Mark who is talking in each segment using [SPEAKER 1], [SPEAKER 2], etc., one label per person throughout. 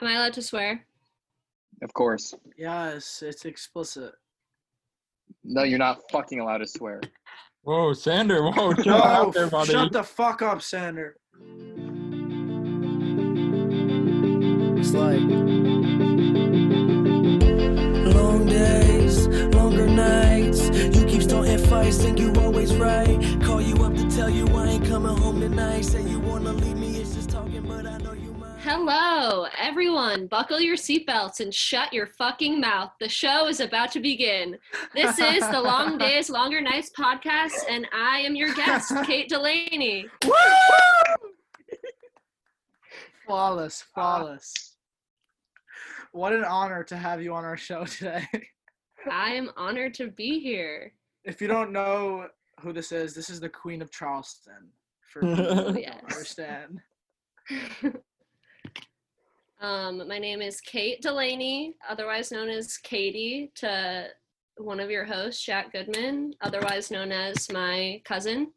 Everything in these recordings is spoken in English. [SPEAKER 1] Am I allowed to swear?
[SPEAKER 2] Of course.
[SPEAKER 3] Yes, it's explicit.
[SPEAKER 2] No, you're not fucking allowed to swear.
[SPEAKER 4] Whoa, Sander! Whoa, chill
[SPEAKER 3] No,
[SPEAKER 4] out there, buddy.
[SPEAKER 3] shut the fuck up, Sander.
[SPEAKER 5] It's like long days, longer nights. You keep starting fights, think you always right. Call you up to tell you I ain't coming home tonight. Say you wanna leave me, it's just talking, but I know you mind.
[SPEAKER 1] Hello, everyone. Buckle your seatbelts and shut your fucking mouth. The show is about to begin. This is the Long Days, Longer Nights podcast, and I am your guest, Kate Delaney.
[SPEAKER 3] Flawless, flawless. What an honor to have you on our show today.
[SPEAKER 1] I am honored to be here.
[SPEAKER 3] If you don't know who this is, this is the Queen of Charleston. For people who don't
[SPEAKER 1] Yes.
[SPEAKER 3] understand.
[SPEAKER 1] um, my name is Kate Delaney, otherwise known as Katie, to one of your hosts, Jack Goodman, otherwise known as my cousin.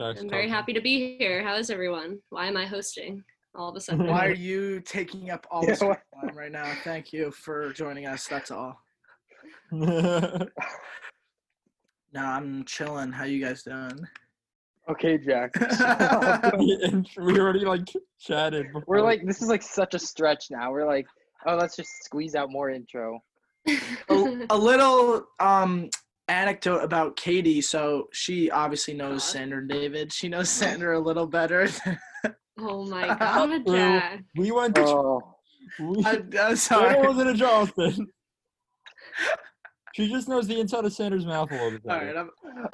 [SPEAKER 4] Jack's
[SPEAKER 1] I'm very
[SPEAKER 4] talking.
[SPEAKER 1] happy to be here. How is everyone? Why am I hosting all of a sudden?
[SPEAKER 3] Why are you taking up all this
[SPEAKER 2] Yeah, why-
[SPEAKER 3] time right now? Thank you for joining us. That's all. No, I'm chilling. How you guys doing?
[SPEAKER 2] Okay, Jack.
[SPEAKER 4] And we already like chatted. Before.
[SPEAKER 2] We're like, this is like such a stretch now. We're like, oh, let's just squeeze out more intro.
[SPEAKER 3] a, a little um anecdote about Katie. So she obviously
[SPEAKER 1] God.
[SPEAKER 3] knows Sandra and David. She knows
[SPEAKER 1] Uh-huh.
[SPEAKER 3] Sandra a little better. than-
[SPEAKER 1] oh my god, Jack.
[SPEAKER 4] we went to.
[SPEAKER 2] Oh,
[SPEAKER 4] we,
[SPEAKER 3] I, am uh, sorry.
[SPEAKER 4] Sandra wasn't in Charleston. she just knows the inside of Sander's mouth a little bit.
[SPEAKER 3] All
[SPEAKER 4] better.
[SPEAKER 3] right, I'm,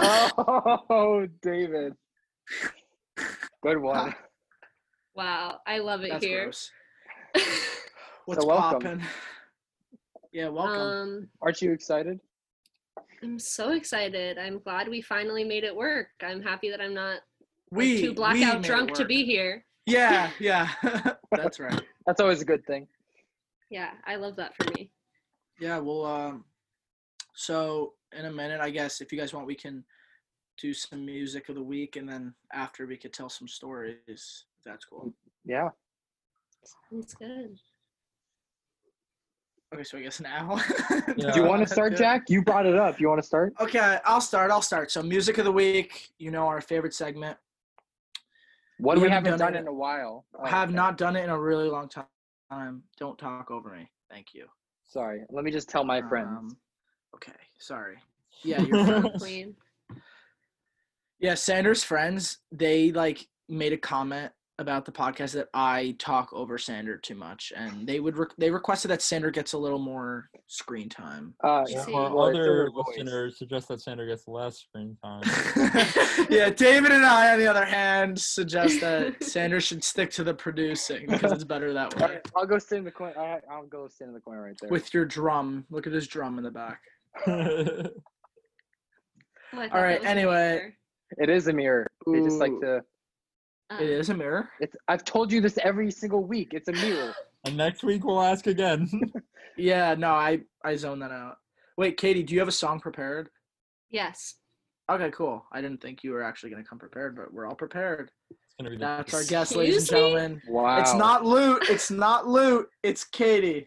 [SPEAKER 2] oh, David. Good one.
[SPEAKER 1] Wow, I love it
[SPEAKER 3] that's
[SPEAKER 1] here.
[SPEAKER 3] gross. What's
[SPEAKER 2] welcome.
[SPEAKER 3] poppin'? Yeah, welcome.
[SPEAKER 1] um,
[SPEAKER 2] Aren't you excited?
[SPEAKER 1] I'm so excited. I'm glad we finally made it work. I'm happy that I'm not like,
[SPEAKER 3] we
[SPEAKER 1] too
[SPEAKER 3] we
[SPEAKER 1] blackout
[SPEAKER 3] made it
[SPEAKER 1] drunk to
[SPEAKER 3] work.
[SPEAKER 1] be here.
[SPEAKER 3] Yeah, yeah, that's right.
[SPEAKER 2] That's always a good thing.
[SPEAKER 1] Yeah, I love that for me.
[SPEAKER 3] Yeah, well, um, so in a minute, I guess if you guys want, we can do some music of the week, and then after we could tell some stories. if That's cool.
[SPEAKER 2] Yeah.
[SPEAKER 1] Sounds good.
[SPEAKER 3] Okay, so I guess now.
[SPEAKER 4] Yeah.
[SPEAKER 2] Do you want to start, Jack? You brought it up. You want to start?
[SPEAKER 3] Okay, I'll start. I'll start. So, music of the week, you know, our favorite segment.
[SPEAKER 2] What
[SPEAKER 3] We
[SPEAKER 2] we,
[SPEAKER 3] haven't
[SPEAKER 2] haven't
[SPEAKER 3] done
[SPEAKER 2] done
[SPEAKER 3] it-
[SPEAKER 2] in a while. Oh,
[SPEAKER 3] Have
[SPEAKER 2] okay.
[SPEAKER 3] not done it in a really long time. Don't talk over me. Thank you.
[SPEAKER 2] Sorry. Let me just tell my friends.
[SPEAKER 3] Um, okay, sorry. Yeah, your friends.
[SPEAKER 1] Queen.
[SPEAKER 3] yeah, Sanders' friends, they like made a comment about the podcast that I talk over Sander too much, and they would re- they requested that Sander gets a little more screen time.
[SPEAKER 2] Uh,
[SPEAKER 1] I
[SPEAKER 4] Yeah,
[SPEAKER 1] see.
[SPEAKER 4] our
[SPEAKER 2] Or
[SPEAKER 4] other
[SPEAKER 2] third voice.
[SPEAKER 4] listeners suggest that Sander gets less screen time.
[SPEAKER 3] yeah, David and I, on the other hand, suggest that Sanders should stick to the producing because it's better that
[SPEAKER 2] all
[SPEAKER 3] way.
[SPEAKER 2] right, I'll go sit in the corner. I- I'll go sit in the corner right there.
[SPEAKER 3] With your drum, look at this drum in the back.
[SPEAKER 1] Oh, I thought
[SPEAKER 3] All right,
[SPEAKER 1] that was a
[SPEAKER 3] anyway.
[SPEAKER 1] picture.
[SPEAKER 2] it is a mirror. They just like
[SPEAKER 3] Ooh.
[SPEAKER 2] to.
[SPEAKER 1] Um,
[SPEAKER 3] It is a mirror.
[SPEAKER 2] It's. I've told you this every single week. It's a mirror.
[SPEAKER 4] and next week we'll ask again.
[SPEAKER 3] Yeah, no, I I zoned that out. Wait, Katie, do you have a song prepared?
[SPEAKER 1] Yes.
[SPEAKER 3] Okay, cool. I didn't think you were actually gonna come prepared, but we're all prepared.
[SPEAKER 4] it's gonna be the
[SPEAKER 3] That's our guest, ladies and
[SPEAKER 1] Excuse me?
[SPEAKER 3] gentlemen.
[SPEAKER 2] Wow.
[SPEAKER 3] It's not loot. It's not loot. It's Katie.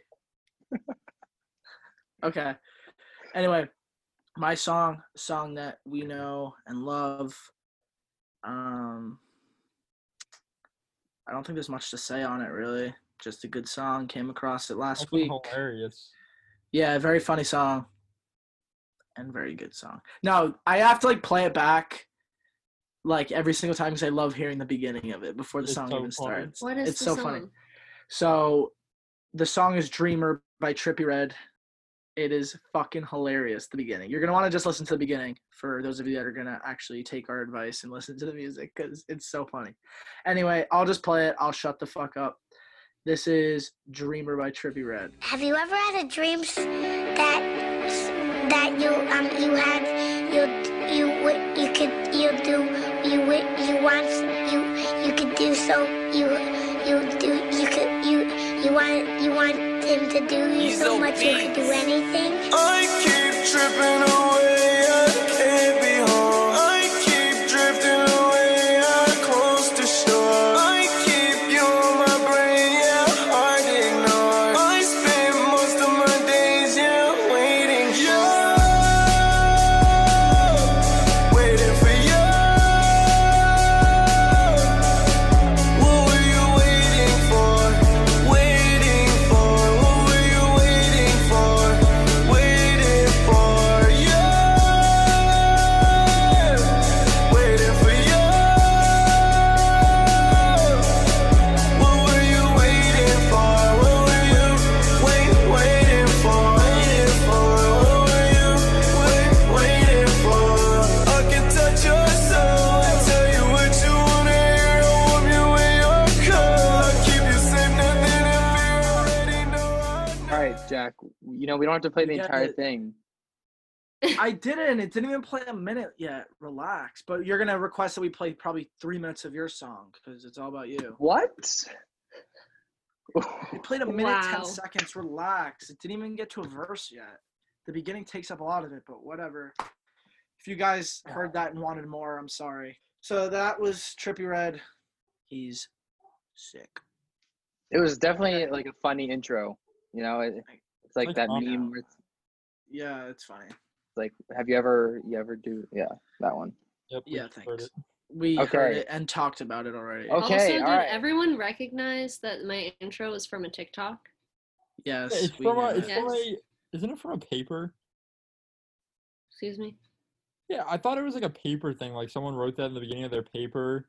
[SPEAKER 3] okay. Anyway, my song, song that we know and love. Um, I don't think there's much to say on it really. Just a good song. Came across it last
[SPEAKER 4] That's
[SPEAKER 3] week.
[SPEAKER 4] hilarious.
[SPEAKER 3] Yeah, very funny song. And very good song. No, I have to like play it back like every single time because I love hearing the beginning of it before the
[SPEAKER 4] It's
[SPEAKER 3] song
[SPEAKER 4] so
[SPEAKER 3] even
[SPEAKER 4] funny.
[SPEAKER 3] starts.
[SPEAKER 1] What is
[SPEAKER 3] it's
[SPEAKER 1] the
[SPEAKER 3] so
[SPEAKER 1] song?
[SPEAKER 3] funny. So the song is Dreamer by Trippy Red. It is fucking hilarious the beginning. You're gonna want to just listen to the beginning for those of you that are gonna actually take our advice and listen to the music because it's so funny. Anyway, I'll just play it. I'll shut the fuck up. This is Dreamer by Trippy Red.
[SPEAKER 6] Have you ever had a dream s- that s- that you um you had you you would you could you do you would you want you you could do so you you do you could you you want you want him to do you
[SPEAKER 7] He's
[SPEAKER 6] so much you could do
[SPEAKER 7] obese.
[SPEAKER 6] anything.
[SPEAKER 7] I keep tripping away, I can't be home. I keep drifting away, I'm close to shore. I keep you in my brain, yeah, hard
[SPEAKER 2] Jack. You know, we don't have to play the
[SPEAKER 3] Yeah,
[SPEAKER 2] entire
[SPEAKER 3] but-
[SPEAKER 2] thing.
[SPEAKER 3] I didn't. It didn't even play a minute yet. Relax. But you're gonna request that we play probably three minutes of your song because it's all about you.
[SPEAKER 2] What?
[SPEAKER 3] We played a minute
[SPEAKER 1] Wow.
[SPEAKER 3] ten seconds. Relax. It didn't even get to a verse yet. The beginning takes up a lot of it, but whatever. If you guys heard that and wanted more, I'm sorry. So that was Trippy Red. He's sick.
[SPEAKER 2] It was definitely like a funny intro. You know, it, it's like
[SPEAKER 4] Like,
[SPEAKER 2] that
[SPEAKER 4] oh,
[SPEAKER 2] meme where it's
[SPEAKER 3] Yeah, it's funny.
[SPEAKER 2] like, have you ever, you ever do, yeah, that one.
[SPEAKER 4] Yep, we
[SPEAKER 3] Yeah,
[SPEAKER 4] just heard
[SPEAKER 3] thanks.
[SPEAKER 4] it.
[SPEAKER 3] We heard
[SPEAKER 2] Okay.
[SPEAKER 3] it and talked about it already.
[SPEAKER 2] Oh. Okay,
[SPEAKER 1] also, did
[SPEAKER 2] alright.
[SPEAKER 1] everyone recognize that my intro was from a TikTok?
[SPEAKER 3] Yes.
[SPEAKER 4] Yeah, It's
[SPEAKER 3] we
[SPEAKER 4] from a,
[SPEAKER 3] get
[SPEAKER 4] it's
[SPEAKER 3] it.
[SPEAKER 4] from
[SPEAKER 1] Yes.
[SPEAKER 4] a, isn't it from a paper?
[SPEAKER 1] Excuse me.
[SPEAKER 4] Yeah, I thought it was like a paper thing. Like someone wrote that in the beginning of their paper,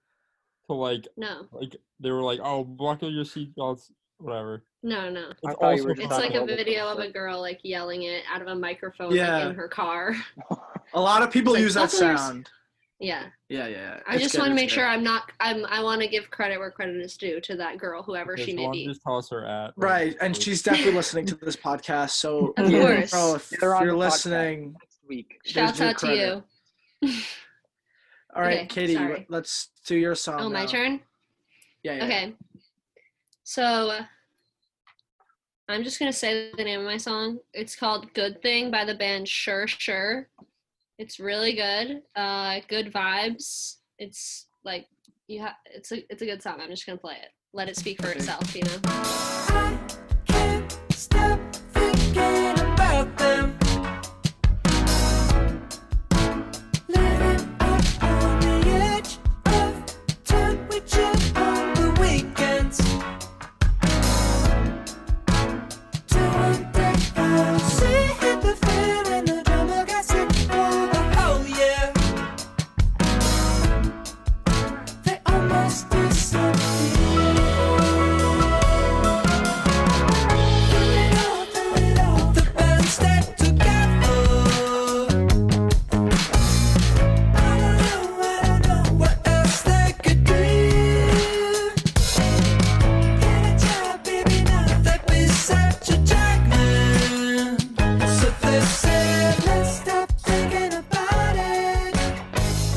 [SPEAKER 4] to like
[SPEAKER 1] No,
[SPEAKER 4] like they were like, oh, buckle your seatbelts, whatever.
[SPEAKER 1] no, no.
[SPEAKER 2] I
[SPEAKER 4] It's
[SPEAKER 2] thought you
[SPEAKER 4] also
[SPEAKER 2] were just
[SPEAKER 1] It's
[SPEAKER 4] from-
[SPEAKER 2] talking
[SPEAKER 1] like a
[SPEAKER 2] about the
[SPEAKER 1] video of a
[SPEAKER 2] concept.
[SPEAKER 1] girl like yelling it out of a microphone like,
[SPEAKER 3] Yeah.
[SPEAKER 1] in her car.
[SPEAKER 3] A lot of people
[SPEAKER 1] It's like
[SPEAKER 3] use that
[SPEAKER 1] bucklers.
[SPEAKER 3] sound.
[SPEAKER 1] yeah.
[SPEAKER 3] Yeah, yeah. yeah.
[SPEAKER 1] I
[SPEAKER 3] It's
[SPEAKER 1] just
[SPEAKER 3] good,
[SPEAKER 1] want to
[SPEAKER 3] it's
[SPEAKER 1] make
[SPEAKER 3] good.
[SPEAKER 1] sure I'm not I'm I want to give credit where credit is due to that girl whoever
[SPEAKER 4] Okay,
[SPEAKER 1] she
[SPEAKER 4] so
[SPEAKER 1] may
[SPEAKER 4] I'm
[SPEAKER 1] be.
[SPEAKER 4] Just toss her at. like,
[SPEAKER 3] Right, and
[SPEAKER 4] like,
[SPEAKER 3] she's definitely listening to this podcast. So,
[SPEAKER 1] Of
[SPEAKER 3] you
[SPEAKER 1] course.
[SPEAKER 3] know, if
[SPEAKER 2] They're on
[SPEAKER 3] you're
[SPEAKER 2] the podcast.
[SPEAKER 3] listening,
[SPEAKER 2] Next week.
[SPEAKER 1] Shouts
[SPEAKER 3] your
[SPEAKER 1] out to
[SPEAKER 3] credit.
[SPEAKER 1] you.
[SPEAKER 3] all right,
[SPEAKER 1] Okay,
[SPEAKER 3] Katie,
[SPEAKER 1] sorry.
[SPEAKER 3] let's do your song.
[SPEAKER 1] Oh, my
[SPEAKER 3] now.
[SPEAKER 1] turn.
[SPEAKER 3] Yeah, yeah.
[SPEAKER 1] Okay. So I'm just gonna say the name of my song. It's called "Good Thing" by the band Sure Sure. It's really good. Uh, good vibes. It's like you ha- It's a it's a good song. I'm just gonna play it. Let it speak for itself. You know.
[SPEAKER 5] Can't stop thinking about them. Living up on the edge of town with you on the weekends. Doing things I see it, the feeling, the drama got sick for the whole year. They almost disappeared. The band stayed together. I don't know, I don't know what else they could do. Get a job, baby, now that we such a jackman. So they said, let's stop thinking about it.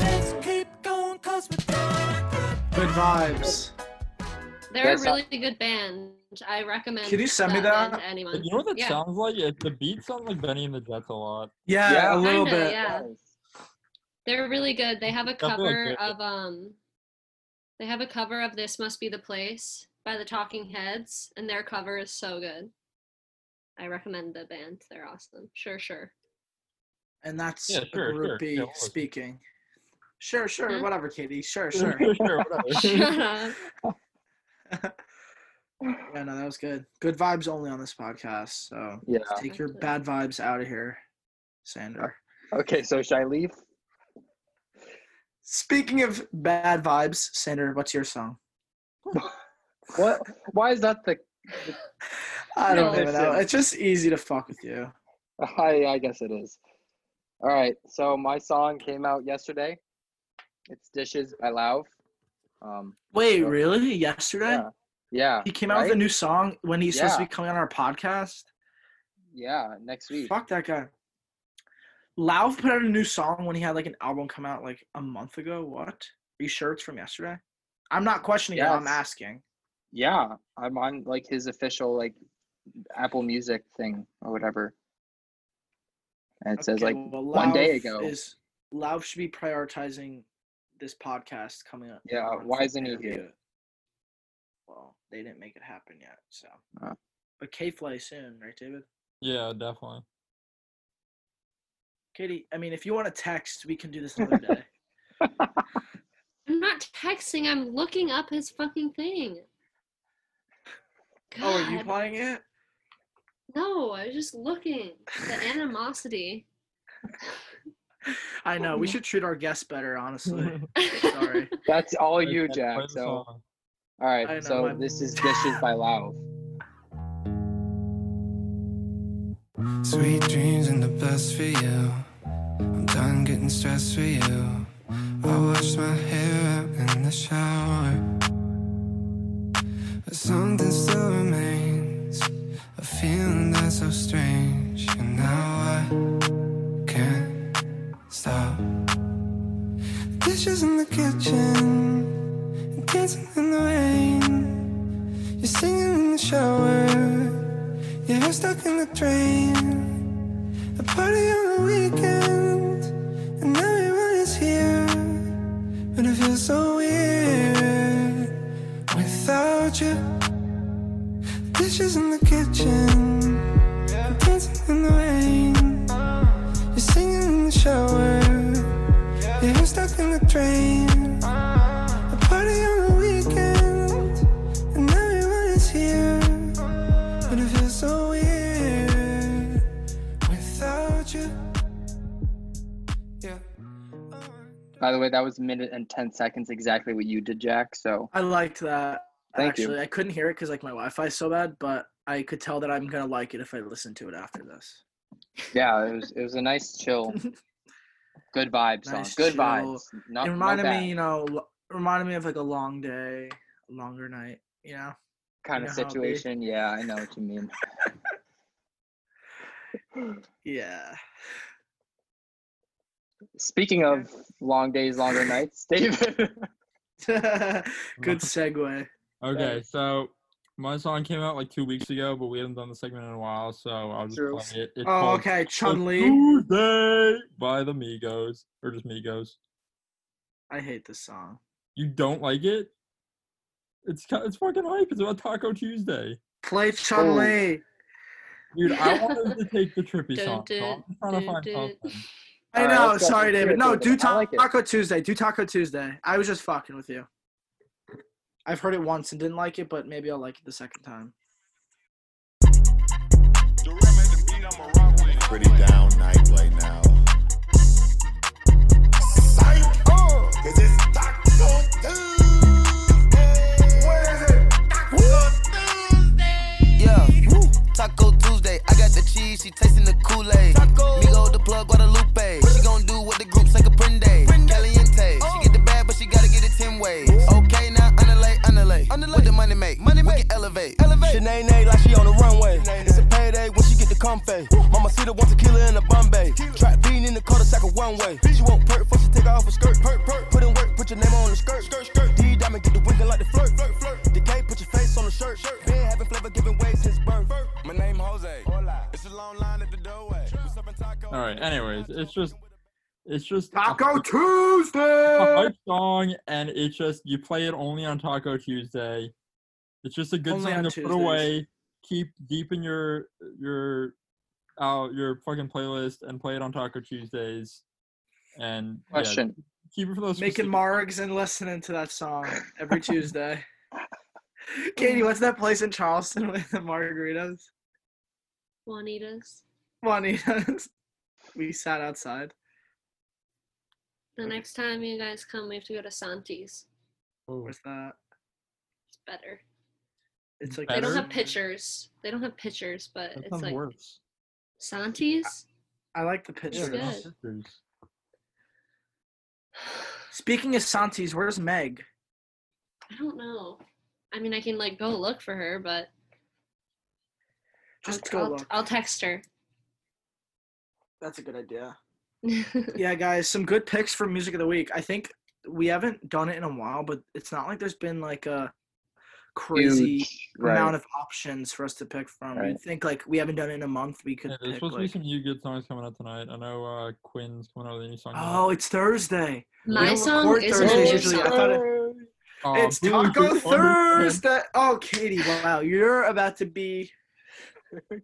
[SPEAKER 5] Let's keep going 'cause we're done.
[SPEAKER 3] Good vibes.
[SPEAKER 1] They're a
[SPEAKER 2] That's not-
[SPEAKER 1] really good band. I recommend.
[SPEAKER 3] Can you send me
[SPEAKER 1] band
[SPEAKER 3] that?
[SPEAKER 1] to
[SPEAKER 4] Like,
[SPEAKER 1] anyone?
[SPEAKER 4] you know what that
[SPEAKER 1] Yeah.
[SPEAKER 4] sounds like? It, the beat sounds like Benny and the Jets a lot.
[SPEAKER 3] Yeah,
[SPEAKER 2] Yeah.
[SPEAKER 3] a little
[SPEAKER 1] Kinda,
[SPEAKER 3] bit.
[SPEAKER 1] Yeah. They're really good. They have a
[SPEAKER 4] Definitely
[SPEAKER 1] cover
[SPEAKER 4] good.
[SPEAKER 1] of um they have a cover of This Must Be the Place by the Talking Heads and their cover is so good. I recommend the band. They're awesome. Sure, sure.
[SPEAKER 3] And that's
[SPEAKER 4] Yeah, sure,
[SPEAKER 3] a group
[SPEAKER 4] sure.
[SPEAKER 3] B
[SPEAKER 4] Yeah, we'll listen.
[SPEAKER 3] speaking. Sure, sure,
[SPEAKER 1] Huh?
[SPEAKER 3] whatever, Katie. Sure, sure.
[SPEAKER 4] whatever.
[SPEAKER 1] Shut up.
[SPEAKER 3] yeah, no, that was good. Good vibes only on this podcast. So
[SPEAKER 2] Yeah.
[SPEAKER 3] take your bad vibes out of here, Sander.
[SPEAKER 2] Okay, so should I leave?
[SPEAKER 3] Speaking of bad vibes, Sander, what's your song?
[SPEAKER 2] What? Why is that the?
[SPEAKER 3] I don't
[SPEAKER 1] No.
[SPEAKER 3] even know. It's just easy to fuck with you.
[SPEAKER 2] I I guess it is. All right, so my song came out yesterday. It's "Dishes" by Lauv. Um,
[SPEAKER 3] Wait,
[SPEAKER 2] Sure.
[SPEAKER 3] really? Yesterday?
[SPEAKER 2] yeah, yeah,
[SPEAKER 3] He came out with a
[SPEAKER 2] right?
[SPEAKER 3] new song when he's supposed to be coming on our podcast.
[SPEAKER 2] yeah. Next week.
[SPEAKER 3] Fuck that guy. Lauv put out a new song when he had like an album come out like a month ago. What? Are you sure it's from yesterday? I'm not questioning you. I'm
[SPEAKER 2] Yes.
[SPEAKER 3] asking.
[SPEAKER 2] Yeah, I'm on like his official like Apple Music thing or whatever. And it says
[SPEAKER 3] Okay,
[SPEAKER 2] like
[SPEAKER 3] well,
[SPEAKER 2] one day
[SPEAKER 3] Lauv
[SPEAKER 2] ago.
[SPEAKER 3] Is Lauv should be prioritizing this podcast coming up?
[SPEAKER 2] Yeah,
[SPEAKER 3] on
[SPEAKER 2] why
[SPEAKER 3] for
[SPEAKER 2] isn't he
[SPEAKER 3] interview.
[SPEAKER 2] here?
[SPEAKER 3] Well, they didn't make it happen yet. So,
[SPEAKER 2] Uh.
[SPEAKER 3] but K fly soon, right, David?
[SPEAKER 4] yeah, definitely.
[SPEAKER 3] Katie, I mean, if you want to text, we can do this another day.
[SPEAKER 1] I'm not texting, I'm looking up his fucking thing. God.
[SPEAKER 3] oh, are you playing it?
[SPEAKER 1] no, I was just looking. The animosity.
[SPEAKER 3] I know. We should treat our guests better, honestly. Sorry.
[SPEAKER 2] That's all Oh,
[SPEAKER 4] Play
[SPEAKER 2] you,
[SPEAKER 4] the
[SPEAKER 2] Jack. So all
[SPEAKER 4] song.
[SPEAKER 3] I know,
[SPEAKER 2] right, so
[SPEAKER 3] my-
[SPEAKER 2] this is "Dishes" by Lauv.
[SPEAKER 7] Sweet dreams and the best for you. I'm done getting stressed for you. I wash my hair out in the shower. But something still remains. A feeling that's so strange, and now I can't stop. Dishes in the kitchen, dancing in the rain. You're singing in the shower, your hair stuck in the drain. A party on the weekend, and everyone is here, but it feels so weird without you. Dishes in the kitchen, dancing in the rain. You're singing in the shower, your hair stuck in the drain. A party on the weekend, and everyone is here. But it feels so weird without you. Yeah.
[SPEAKER 2] By the way, that was a minute and 10 seconds exactly what you did, Jack. So
[SPEAKER 3] I liked that.
[SPEAKER 2] Thank you.
[SPEAKER 3] Actually, I couldn't hear it because like my Wi-Fi is so bad, but I could tell that I'm gonna like it if I listen to it after this.
[SPEAKER 2] yeah, it was it was a nice chill, good vibes song.
[SPEAKER 3] Nice
[SPEAKER 2] good
[SPEAKER 3] chill.
[SPEAKER 2] vibes. Not,
[SPEAKER 3] it
[SPEAKER 2] no
[SPEAKER 3] reminded
[SPEAKER 2] bad.
[SPEAKER 3] me, you know, l- reminded me of like a long day, a longer night. You know,
[SPEAKER 2] kind
[SPEAKER 3] know
[SPEAKER 2] of
[SPEAKER 3] how it be.
[SPEAKER 2] situation. Yeah, I know what you mean.
[SPEAKER 3] yeah.
[SPEAKER 2] Speaking of long days, longer nights, David.
[SPEAKER 3] Good segue.
[SPEAKER 4] Okay, so my song came out like two weeks ago, but we haven't done the segment in a while, so I'll just
[SPEAKER 2] True.
[SPEAKER 4] play it. It's
[SPEAKER 3] Oh,
[SPEAKER 4] called
[SPEAKER 3] okay,
[SPEAKER 4] "So
[SPEAKER 3] Chun Li.
[SPEAKER 4] Tuesday by the Migos or just Migos.
[SPEAKER 3] I hate this song.
[SPEAKER 4] You don't like it? It's ki- it's fucking hype. It's about Taco Tuesday.
[SPEAKER 3] Play Chun
[SPEAKER 2] Oh,
[SPEAKER 3] Li.
[SPEAKER 4] Dude, I wanted to take the trippy
[SPEAKER 1] Dun,
[SPEAKER 4] song. So I'm just trying to
[SPEAKER 1] dun,
[SPEAKER 4] find
[SPEAKER 1] dun,
[SPEAKER 4] something.
[SPEAKER 3] I
[SPEAKER 2] Alright,
[SPEAKER 3] know.
[SPEAKER 2] let's go.
[SPEAKER 3] Sorry,
[SPEAKER 2] Let's hear
[SPEAKER 3] David.
[SPEAKER 2] it,
[SPEAKER 3] No,
[SPEAKER 2] David.
[SPEAKER 3] do
[SPEAKER 2] I
[SPEAKER 3] ta-
[SPEAKER 2] like it.
[SPEAKER 3] Taco Tuesday. Do Taco Tuesday. I was just fucking with you. I've heard it once and didn't like it, but maybe I'll like it the second time.
[SPEAKER 8] Pretty down night right now. Psych! Oh, Cause it's Taco Tuesday. Where is it? Taco Tuesday.
[SPEAKER 5] Yeah, Taco Tuesday. I got the cheese, she tasting the Kool-Aid.
[SPEAKER 8] Taco.
[SPEAKER 5] Migo the plug Guadalupe. She gon' do what the group say Caprinde.
[SPEAKER 8] Prende.
[SPEAKER 5] Caliente.
[SPEAKER 8] Oh.
[SPEAKER 5] She get the bag, but she gotta get it ten ways. Okay, now underlay, underlay. What the money make? Money we can elevate. Elevate.
[SPEAKER 8] Shanae like she on the runway. It's a payday when she get the comfy. Mama see the one tequila in the Bombay. Trap bean in the cul-de-sac of one way. She won't perk before she take off her skirt. Perk, perk. Put in work, put your name on the skirt. Skirt, skirt. D diamond get the winking like the flirt. Flirt, flirt. Decay, put your face on the shirt. Shirt. Been having flavor giving way since birth. My name Jose. It's a long line at the doorway. What's up in Taco?
[SPEAKER 4] All right. Anyways, it's just it's just
[SPEAKER 3] Taco
[SPEAKER 4] a, a
[SPEAKER 3] Tuesday.
[SPEAKER 4] hype song, and it's just you play it only on Taco Tuesday. It's just a good
[SPEAKER 3] Only
[SPEAKER 4] song
[SPEAKER 3] on
[SPEAKER 4] to
[SPEAKER 3] Tuesdays.
[SPEAKER 4] put away, keep deep in your your out your fucking playlist, and play it on Taco Tuesdays. And yeah,
[SPEAKER 2] Question.
[SPEAKER 4] keep it for those
[SPEAKER 3] Making
[SPEAKER 4] specific-
[SPEAKER 3] margs and listening to that song every Tuesday. Katie, what's that place in Charleston with the margaritas?
[SPEAKER 1] Juanita's.
[SPEAKER 3] Juanitas. We sat outside.
[SPEAKER 1] The next time you guys come, we have to go to Santi's.
[SPEAKER 4] Oh,
[SPEAKER 3] What's that?
[SPEAKER 1] It's better.
[SPEAKER 3] It's like
[SPEAKER 1] They don't
[SPEAKER 4] Better?
[SPEAKER 1] have pictures. They don't have pictures, but
[SPEAKER 4] that
[SPEAKER 1] it's
[SPEAKER 4] sounds
[SPEAKER 1] like
[SPEAKER 4] worse.
[SPEAKER 1] Santi's.
[SPEAKER 3] I like the
[SPEAKER 4] Yeah,
[SPEAKER 3] picture.
[SPEAKER 4] they're not
[SPEAKER 1] good.
[SPEAKER 4] sisters.
[SPEAKER 3] Speaking of Santi's, where's Meg?
[SPEAKER 1] I don't know. I mean, I can like go look for her, but I'll-
[SPEAKER 3] Just go
[SPEAKER 1] I'll,
[SPEAKER 3] look.
[SPEAKER 1] I'll text her.
[SPEAKER 3] That's a good idea.
[SPEAKER 1] yeah,
[SPEAKER 3] Yeah, guys, some good picks for music of the week. I think we haven't done it in a while, but it's not like there's been like a crazy
[SPEAKER 2] Huge, right.
[SPEAKER 3] amount of options for us to pick from. You
[SPEAKER 2] Right.
[SPEAKER 3] think like we haven't done it in a month. We could
[SPEAKER 4] Yeah, there's
[SPEAKER 3] pick
[SPEAKER 4] supposed to be
[SPEAKER 3] like,
[SPEAKER 4] some new good songs coming out tonight. I know uh, Quinn's coming out with a new song. tonight.
[SPEAKER 3] oh, it's Thursday.
[SPEAKER 1] my
[SPEAKER 3] don't
[SPEAKER 1] song
[SPEAKER 3] record
[SPEAKER 1] is
[SPEAKER 3] Thursdays
[SPEAKER 1] a new
[SPEAKER 3] usually. I
[SPEAKER 1] song.
[SPEAKER 3] thought it-
[SPEAKER 4] Uh,
[SPEAKER 3] it's
[SPEAKER 4] Blue Blue
[SPEAKER 3] Taco
[SPEAKER 4] Underpants.
[SPEAKER 3] Thursday. Oh, Katie, wow, you're about to be.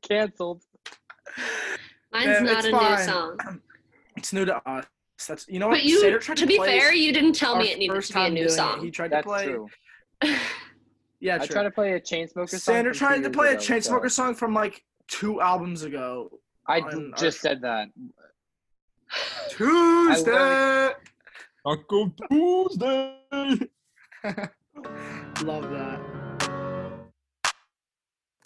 [SPEAKER 2] Cancelled.
[SPEAKER 1] Mine's
[SPEAKER 3] Yeah,
[SPEAKER 1] not
[SPEAKER 3] it's
[SPEAKER 1] a new
[SPEAKER 3] fine.
[SPEAKER 1] song.
[SPEAKER 3] It's new to us. That's you know what.
[SPEAKER 1] But you,
[SPEAKER 3] Sater tried
[SPEAKER 1] to be
[SPEAKER 3] play
[SPEAKER 1] fair, you didn't tell
[SPEAKER 3] our
[SPEAKER 1] me it needed
[SPEAKER 3] first
[SPEAKER 1] to be a
[SPEAKER 3] time
[SPEAKER 1] new
[SPEAKER 3] doing it.
[SPEAKER 1] song.
[SPEAKER 3] He tried to
[SPEAKER 2] That's
[SPEAKER 3] play.
[SPEAKER 2] true.
[SPEAKER 3] Yeah,
[SPEAKER 2] I
[SPEAKER 3] true.
[SPEAKER 2] tried to play a Chainsmokers song. from
[SPEAKER 3] Sander
[SPEAKER 2] two
[SPEAKER 3] tried to
[SPEAKER 2] years
[SPEAKER 3] play a
[SPEAKER 2] ago, so-
[SPEAKER 3] Chainsmoker song from like two albums ago.
[SPEAKER 2] I d-
[SPEAKER 3] on our-
[SPEAKER 2] just said that.
[SPEAKER 3] Tuesday.
[SPEAKER 4] Taco Tuesday.
[SPEAKER 3] Love that.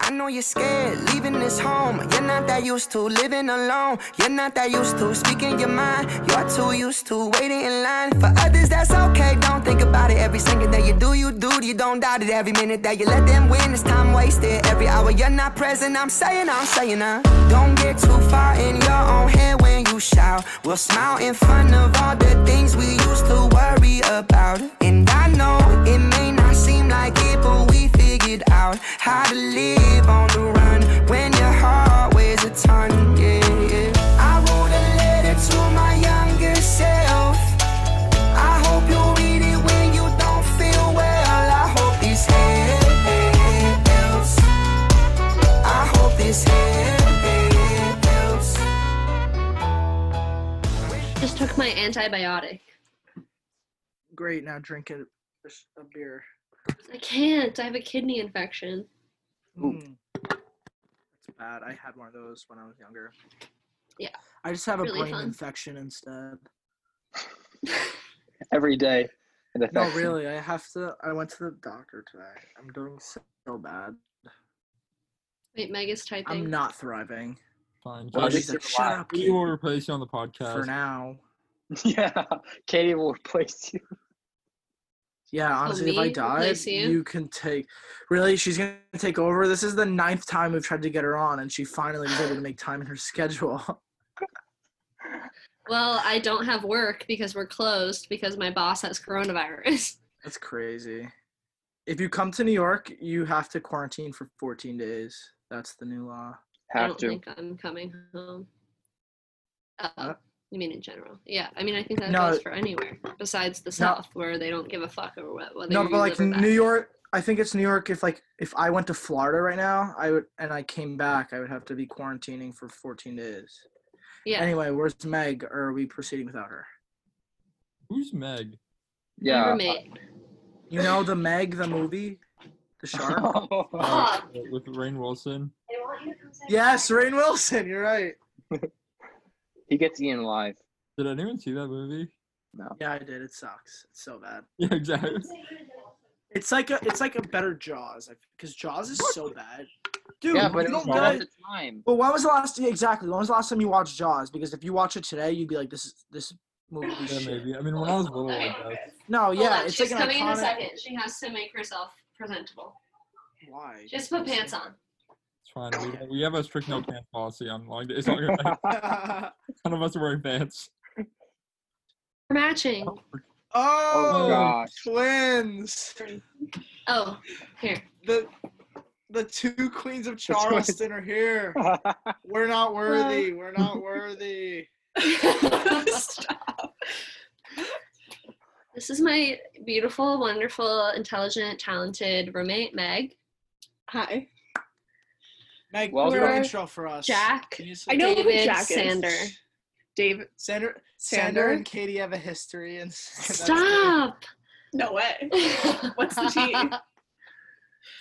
[SPEAKER 5] I know you're scared leaving this home. You're not that used to living alone. You're not that used to speaking your mind. You're too used to waiting in line. For others, that's okay. Don't think about it. Every second that you do, you do. You don't doubt it. Every minute that you let them win, it's time wasted. Every hour
[SPEAKER 9] you're not present, I'm saying, I'm saying, uh. Don't get too far in your own head when you shout. We'll smile in front of all the things we used to worry about. And I know it may not seem like it, but we figured out how to live on the run when your heart weighs a ton. Yeah, yeah. I wrote a letter to my younger self. I hope you read it when you don't feel well. I hope this helps. I hope this helps.
[SPEAKER 1] Just took my antibiotic.
[SPEAKER 3] Great. Now drink a, a beer.
[SPEAKER 1] I can't. I have a kidney infection.
[SPEAKER 2] Ooh.
[SPEAKER 3] Mm. That's bad. I had one of those when I was younger.
[SPEAKER 1] Yeah.
[SPEAKER 3] I just have a
[SPEAKER 1] Really
[SPEAKER 3] brain
[SPEAKER 1] fun.
[SPEAKER 3] infection instead.
[SPEAKER 2] every day. It
[SPEAKER 3] No,
[SPEAKER 2] affects me.
[SPEAKER 3] really. I have to. I went to the doctor today. I'm doing so bad.
[SPEAKER 1] Wait, Meg is typing.
[SPEAKER 3] I'm not thriving
[SPEAKER 4] Fine.
[SPEAKER 2] Well,
[SPEAKER 3] Well,
[SPEAKER 2] at
[SPEAKER 4] Josh,
[SPEAKER 3] she's
[SPEAKER 2] least
[SPEAKER 3] like,
[SPEAKER 2] you're
[SPEAKER 3] shut
[SPEAKER 2] alive.
[SPEAKER 3] up
[SPEAKER 4] we will replace you on the podcast.
[SPEAKER 3] for now.
[SPEAKER 2] Yeah, Katie will replace you.
[SPEAKER 3] Yeah, honestly, if I
[SPEAKER 1] Oh, me?
[SPEAKER 3] die,
[SPEAKER 1] Replace you?
[SPEAKER 3] you? can take. Really, she's gonna take over. This is the ninth time we've tried to get her on, and she finally was able to make time in her schedule.
[SPEAKER 1] Well, I don't have work because we're closed because my boss has coronavirus.
[SPEAKER 3] That's crazy. If you come to New York, you have to quarantine for 14 days. That's the new law.
[SPEAKER 1] I
[SPEAKER 2] Have
[SPEAKER 1] don't
[SPEAKER 2] to.
[SPEAKER 1] think I'm coming home. Oh,
[SPEAKER 3] What?
[SPEAKER 1] you mean in general? Yeah, I mean I think that
[SPEAKER 3] No.
[SPEAKER 1] goes for anywhere besides the South, where they don't give a fuck over what whether
[SPEAKER 3] no,
[SPEAKER 1] you
[SPEAKER 3] but like
[SPEAKER 1] live or die.
[SPEAKER 3] New York, I think it's New York. If like if I went to Florida right now, I would and I came back, I would have to be quarantining for 14 days.
[SPEAKER 1] Yeah,
[SPEAKER 3] Anyway, where's Meg? Or are we proceeding without her?
[SPEAKER 4] Who's Meg?
[SPEAKER 1] my
[SPEAKER 2] Yeah.
[SPEAKER 1] roommate.
[SPEAKER 3] You know the Meg, the movie, the shark.
[SPEAKER 4] Uh,
[SPEAKER 1] Fuck.
[SPEAKER 4] with Rain Wilson.
[SPEAKER 3] Yes, Rain Wilson. You're right.
[SPEAKER 2] he gets Ian live.
[SPEAKER 4] Did anyone see that movie?
[SPEAKER 3] Yeah, I did. It sucks. It's so bad.
[SPEAKER 4] Yeah, exactly.
[SPEAKER 3] It's like a it's like a better Jaws, because Jaws is so bad. Dude,
[SPEAKER 2] yeah, but
[SPEAKER 3] you
[SPEAKER 2] it was
[SPEAKER 4] Jaws.
[SPEAKER 3] don't
[SPEAKER 2] worth
[SPEAKER 3] guys,
[SPEAKER 2] the time.
[SPEAKER 3] But when was the last yeah, exactly? When was the last time you watched Jaws? Because if you watch it today, you'd be like, this is this movie is
[SPEAKER 4] Yeah,
[SPEAKER 3] shit.
[SPEAKER 4] maybe. I mean, when I was little, I
[SPEAKER 1] Okay.
[SPEAKER 4] guess.
[SPEAKER 3] No,
[SPEAKER 1] Hold
[SPEAKER 3] yeah,
[SPEAKER 1] on,
[SPEAKER 3] it's
[SPEAKER 1] she's
[SPEAKER 3] like an
[SPEAKER 1] coming in a
[SPEAKER 3] iconic-
[SPEAKER 1] second. She has to make herself presentable.
[SPEAKER 3] Why?
[SPEAKER 1] Just put pants on.
[SPEAKER 4] It's fine. We, we have a strict no pants policy on long days. None of us are wearing pants.
[SPEAKER 1] We're matching.
[SPEAKER 3] oh,
[SPEAKER 2] gosh.
[SPEAKER 3] twins!
[SPEAKER 1] Oh, here.
[SPEAKER 3] The the two queens of
[SPEAKER 2] twins.
[SPEAKER 3] Charleston are here. We're not worthy. We're not worthy.
[SPEAKER 1] Stop. This is my beautiful, wonderful, intelligent, talented roommate, Meg. Hi.
[SPEAKER 3] Meg,
[SPEAKER 2] Well,
[SPEAKER 3] do
[SPEAKER 2] we're-
[SPEAKER 3] an intro for us.
[SPEAKER 1] Jack.
[SPEAKER 3] Can you say-
[SPEAKER 10] I know who
[SPEAKER 1] David
[SPEAKER 10] Jack is.
[SPEAKER 1] Sander.
[SPEAKER 10] Dave.
[SPEAKER 3] Sander,
[SPEAKER 10] Sander?
[SPEAKER 3] Sander and Katie have a history. And that's-
[SPEAKER 1] Stop.
[SPEAKER 10] No way. What's the tea?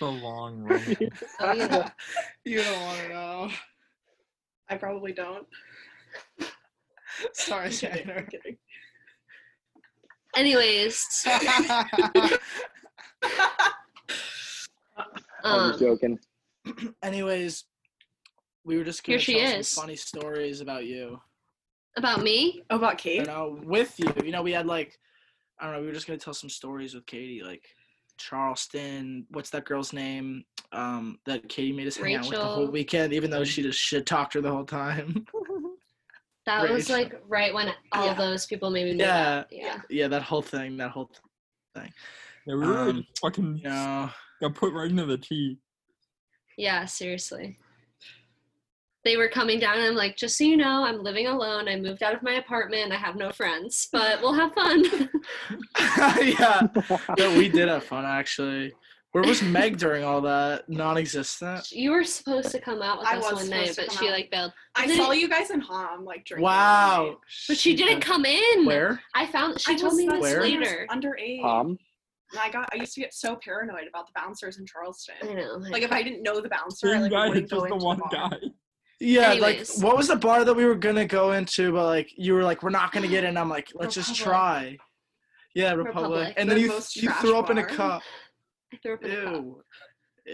[SPEAKER 4] It's a long run.
[SPEAKER 1] Oh, yeah.
[SPEAKER 3] you don't want to know.
[SPEAKER 10] I probably don't.
[SPEAKER 3] Sorry,
[SPEAKER 10] I'm kidding. I'm
[SPEAKER 3] Sander.
[SPEAKER 10] kidding.
[SPEAKER 1] Anyways,
[SPEAKER 2] I'm just
[SPEAKER 1] um,
[SPEAKER 2] joking.
[SPEAKER 3] Anyways, we were just gonna
[SPEAKER 1] Here she
[SPEAKER 3] tell
[SPEAKER 1] is.
[SPEAKER 3] some funny stories about you.
[SPEAKER 1] about me.
[SPEAKER 10] Oh, about
[SPEAKER 3] You
[SPEAKER 10] Kate?
[SPEAKER 3] know, with you. You know, we had like I don't know, we were just gonna tell some stories with Katie, like Charleston, what's that girl's name? Um, that Katie made us hang out with the whole
[SPEAKER 1] Rachel. Mm-hmm.
[SPEAKER 3] weekend, even though she just shit talked her the whole time.
[SPEAKER 1] That was
[SPEAKER 3] Rachel.
[SPEAKER 1] like right when all
[SPEAKER 10] Yeah.
[SPEAKER 1] those people maybe knew.
[SPEAKER 3] Yeah.
[SPEAKER 1] that. yeah.
[SPEAKER 3] yeah, that whole thing, that whole th-
[SPEAKER 4] Yeah, we were
[SPEAKER 3] Um,
[SPEAKER 4] fucking
[SPEAKER 3] you know.
[SPEAKER 4] got put right into the tea.
[SPEAKER 1] Yeah, seriously. They were coming down, and I'm like, just so you know, I'm living alone. I moved out of my apartment. I have no friends, but we'll have fun.
[SPEAKER 3] yeah. No, we did have fun actually. Where was Meg during all that? Non existent.
[SPEAKER 1] you were supposed to come out with
[SPEAKER 10] I
[SPEAKER 1] us
[SPEAKER 10] was
[SPEAKER 1] one night,
[SPEAKER 10] supposed to
[SPEAKER 1] but
[SPEAKER 10] come
[SPEAKER 1] she
[SPEAKER 10] out.
[SPEAKER 1] like bailed.
[SPEAKER 10] I
[SPEAKER 1] Did
[SPEAKER 10] saw
[SPEAKER 1] it-
[SPEAKER 10] you guys in Hom, like drinking. all night.
[SPEAKER 3] Wow.
[SPEAKER 1] But she didn't come in.
[SPEAKER 3] Where?
[SPEAKER 1] I found she
[SPEAKER 10] I
[SPEAKER 1] told
[SPEAKER 10] was
[SPEAKER 1] me this
[SPEAKER 10] supposed to-
[SPEAKER 3] Where?
[SPEAKER 10] I was
[SPEAKER 1] later.
[SPEAKER 10] Underage.
[SPEAKER 3] Uh,
[SPEAKER 2] Um,
[SPEAKER 10] and I got. I used to get so paranoid about the bouncers in
[SPEAKER 1] I
[SPEAKER 10] Charleston.
[SPEAKER 1] know.
[SPEAKER 10] Like if I didn't know the bouncer, I
[SPEAKER 4] Same
[SPEAKER 10] like
[SPEAKER 4] guy,
[SPEAKER 10] wouldn't
[SPEAKER 4] just
[SPEAKER 10] go
[SPEAKER 4] the
[SPEAKER 10] into
[SPEAKER 4] one
[SPEAKER 10] the bar.
[SPEAKER 4] guy.
[SPEAKER 3] Yeah,
[SPEAKER 1] Anyways.
[SPEAKER 3] like what was the bar that we were gonna go into, but like you were like, we're not gonna get in. I'm like, let's just try.
[SPEAKER 1] Republic.
[SPEAKER 3] Yeah, Republic.
[SPEAKER 1] Republic.
[SPEAKER 3] And
[SPEAKER 10] The
[SPEAKER 3] then you,
[SPEAKER 10] most
[SPEAKER 3] you
[SPEAKER 10] trash
[SPEAKER 3] threw up in a
[SPEAKER 10] bar.
[SPEAKER 3] cup.
[SPEAKER 1] I threw up in a cup.
[SPEAKER 3] Ew.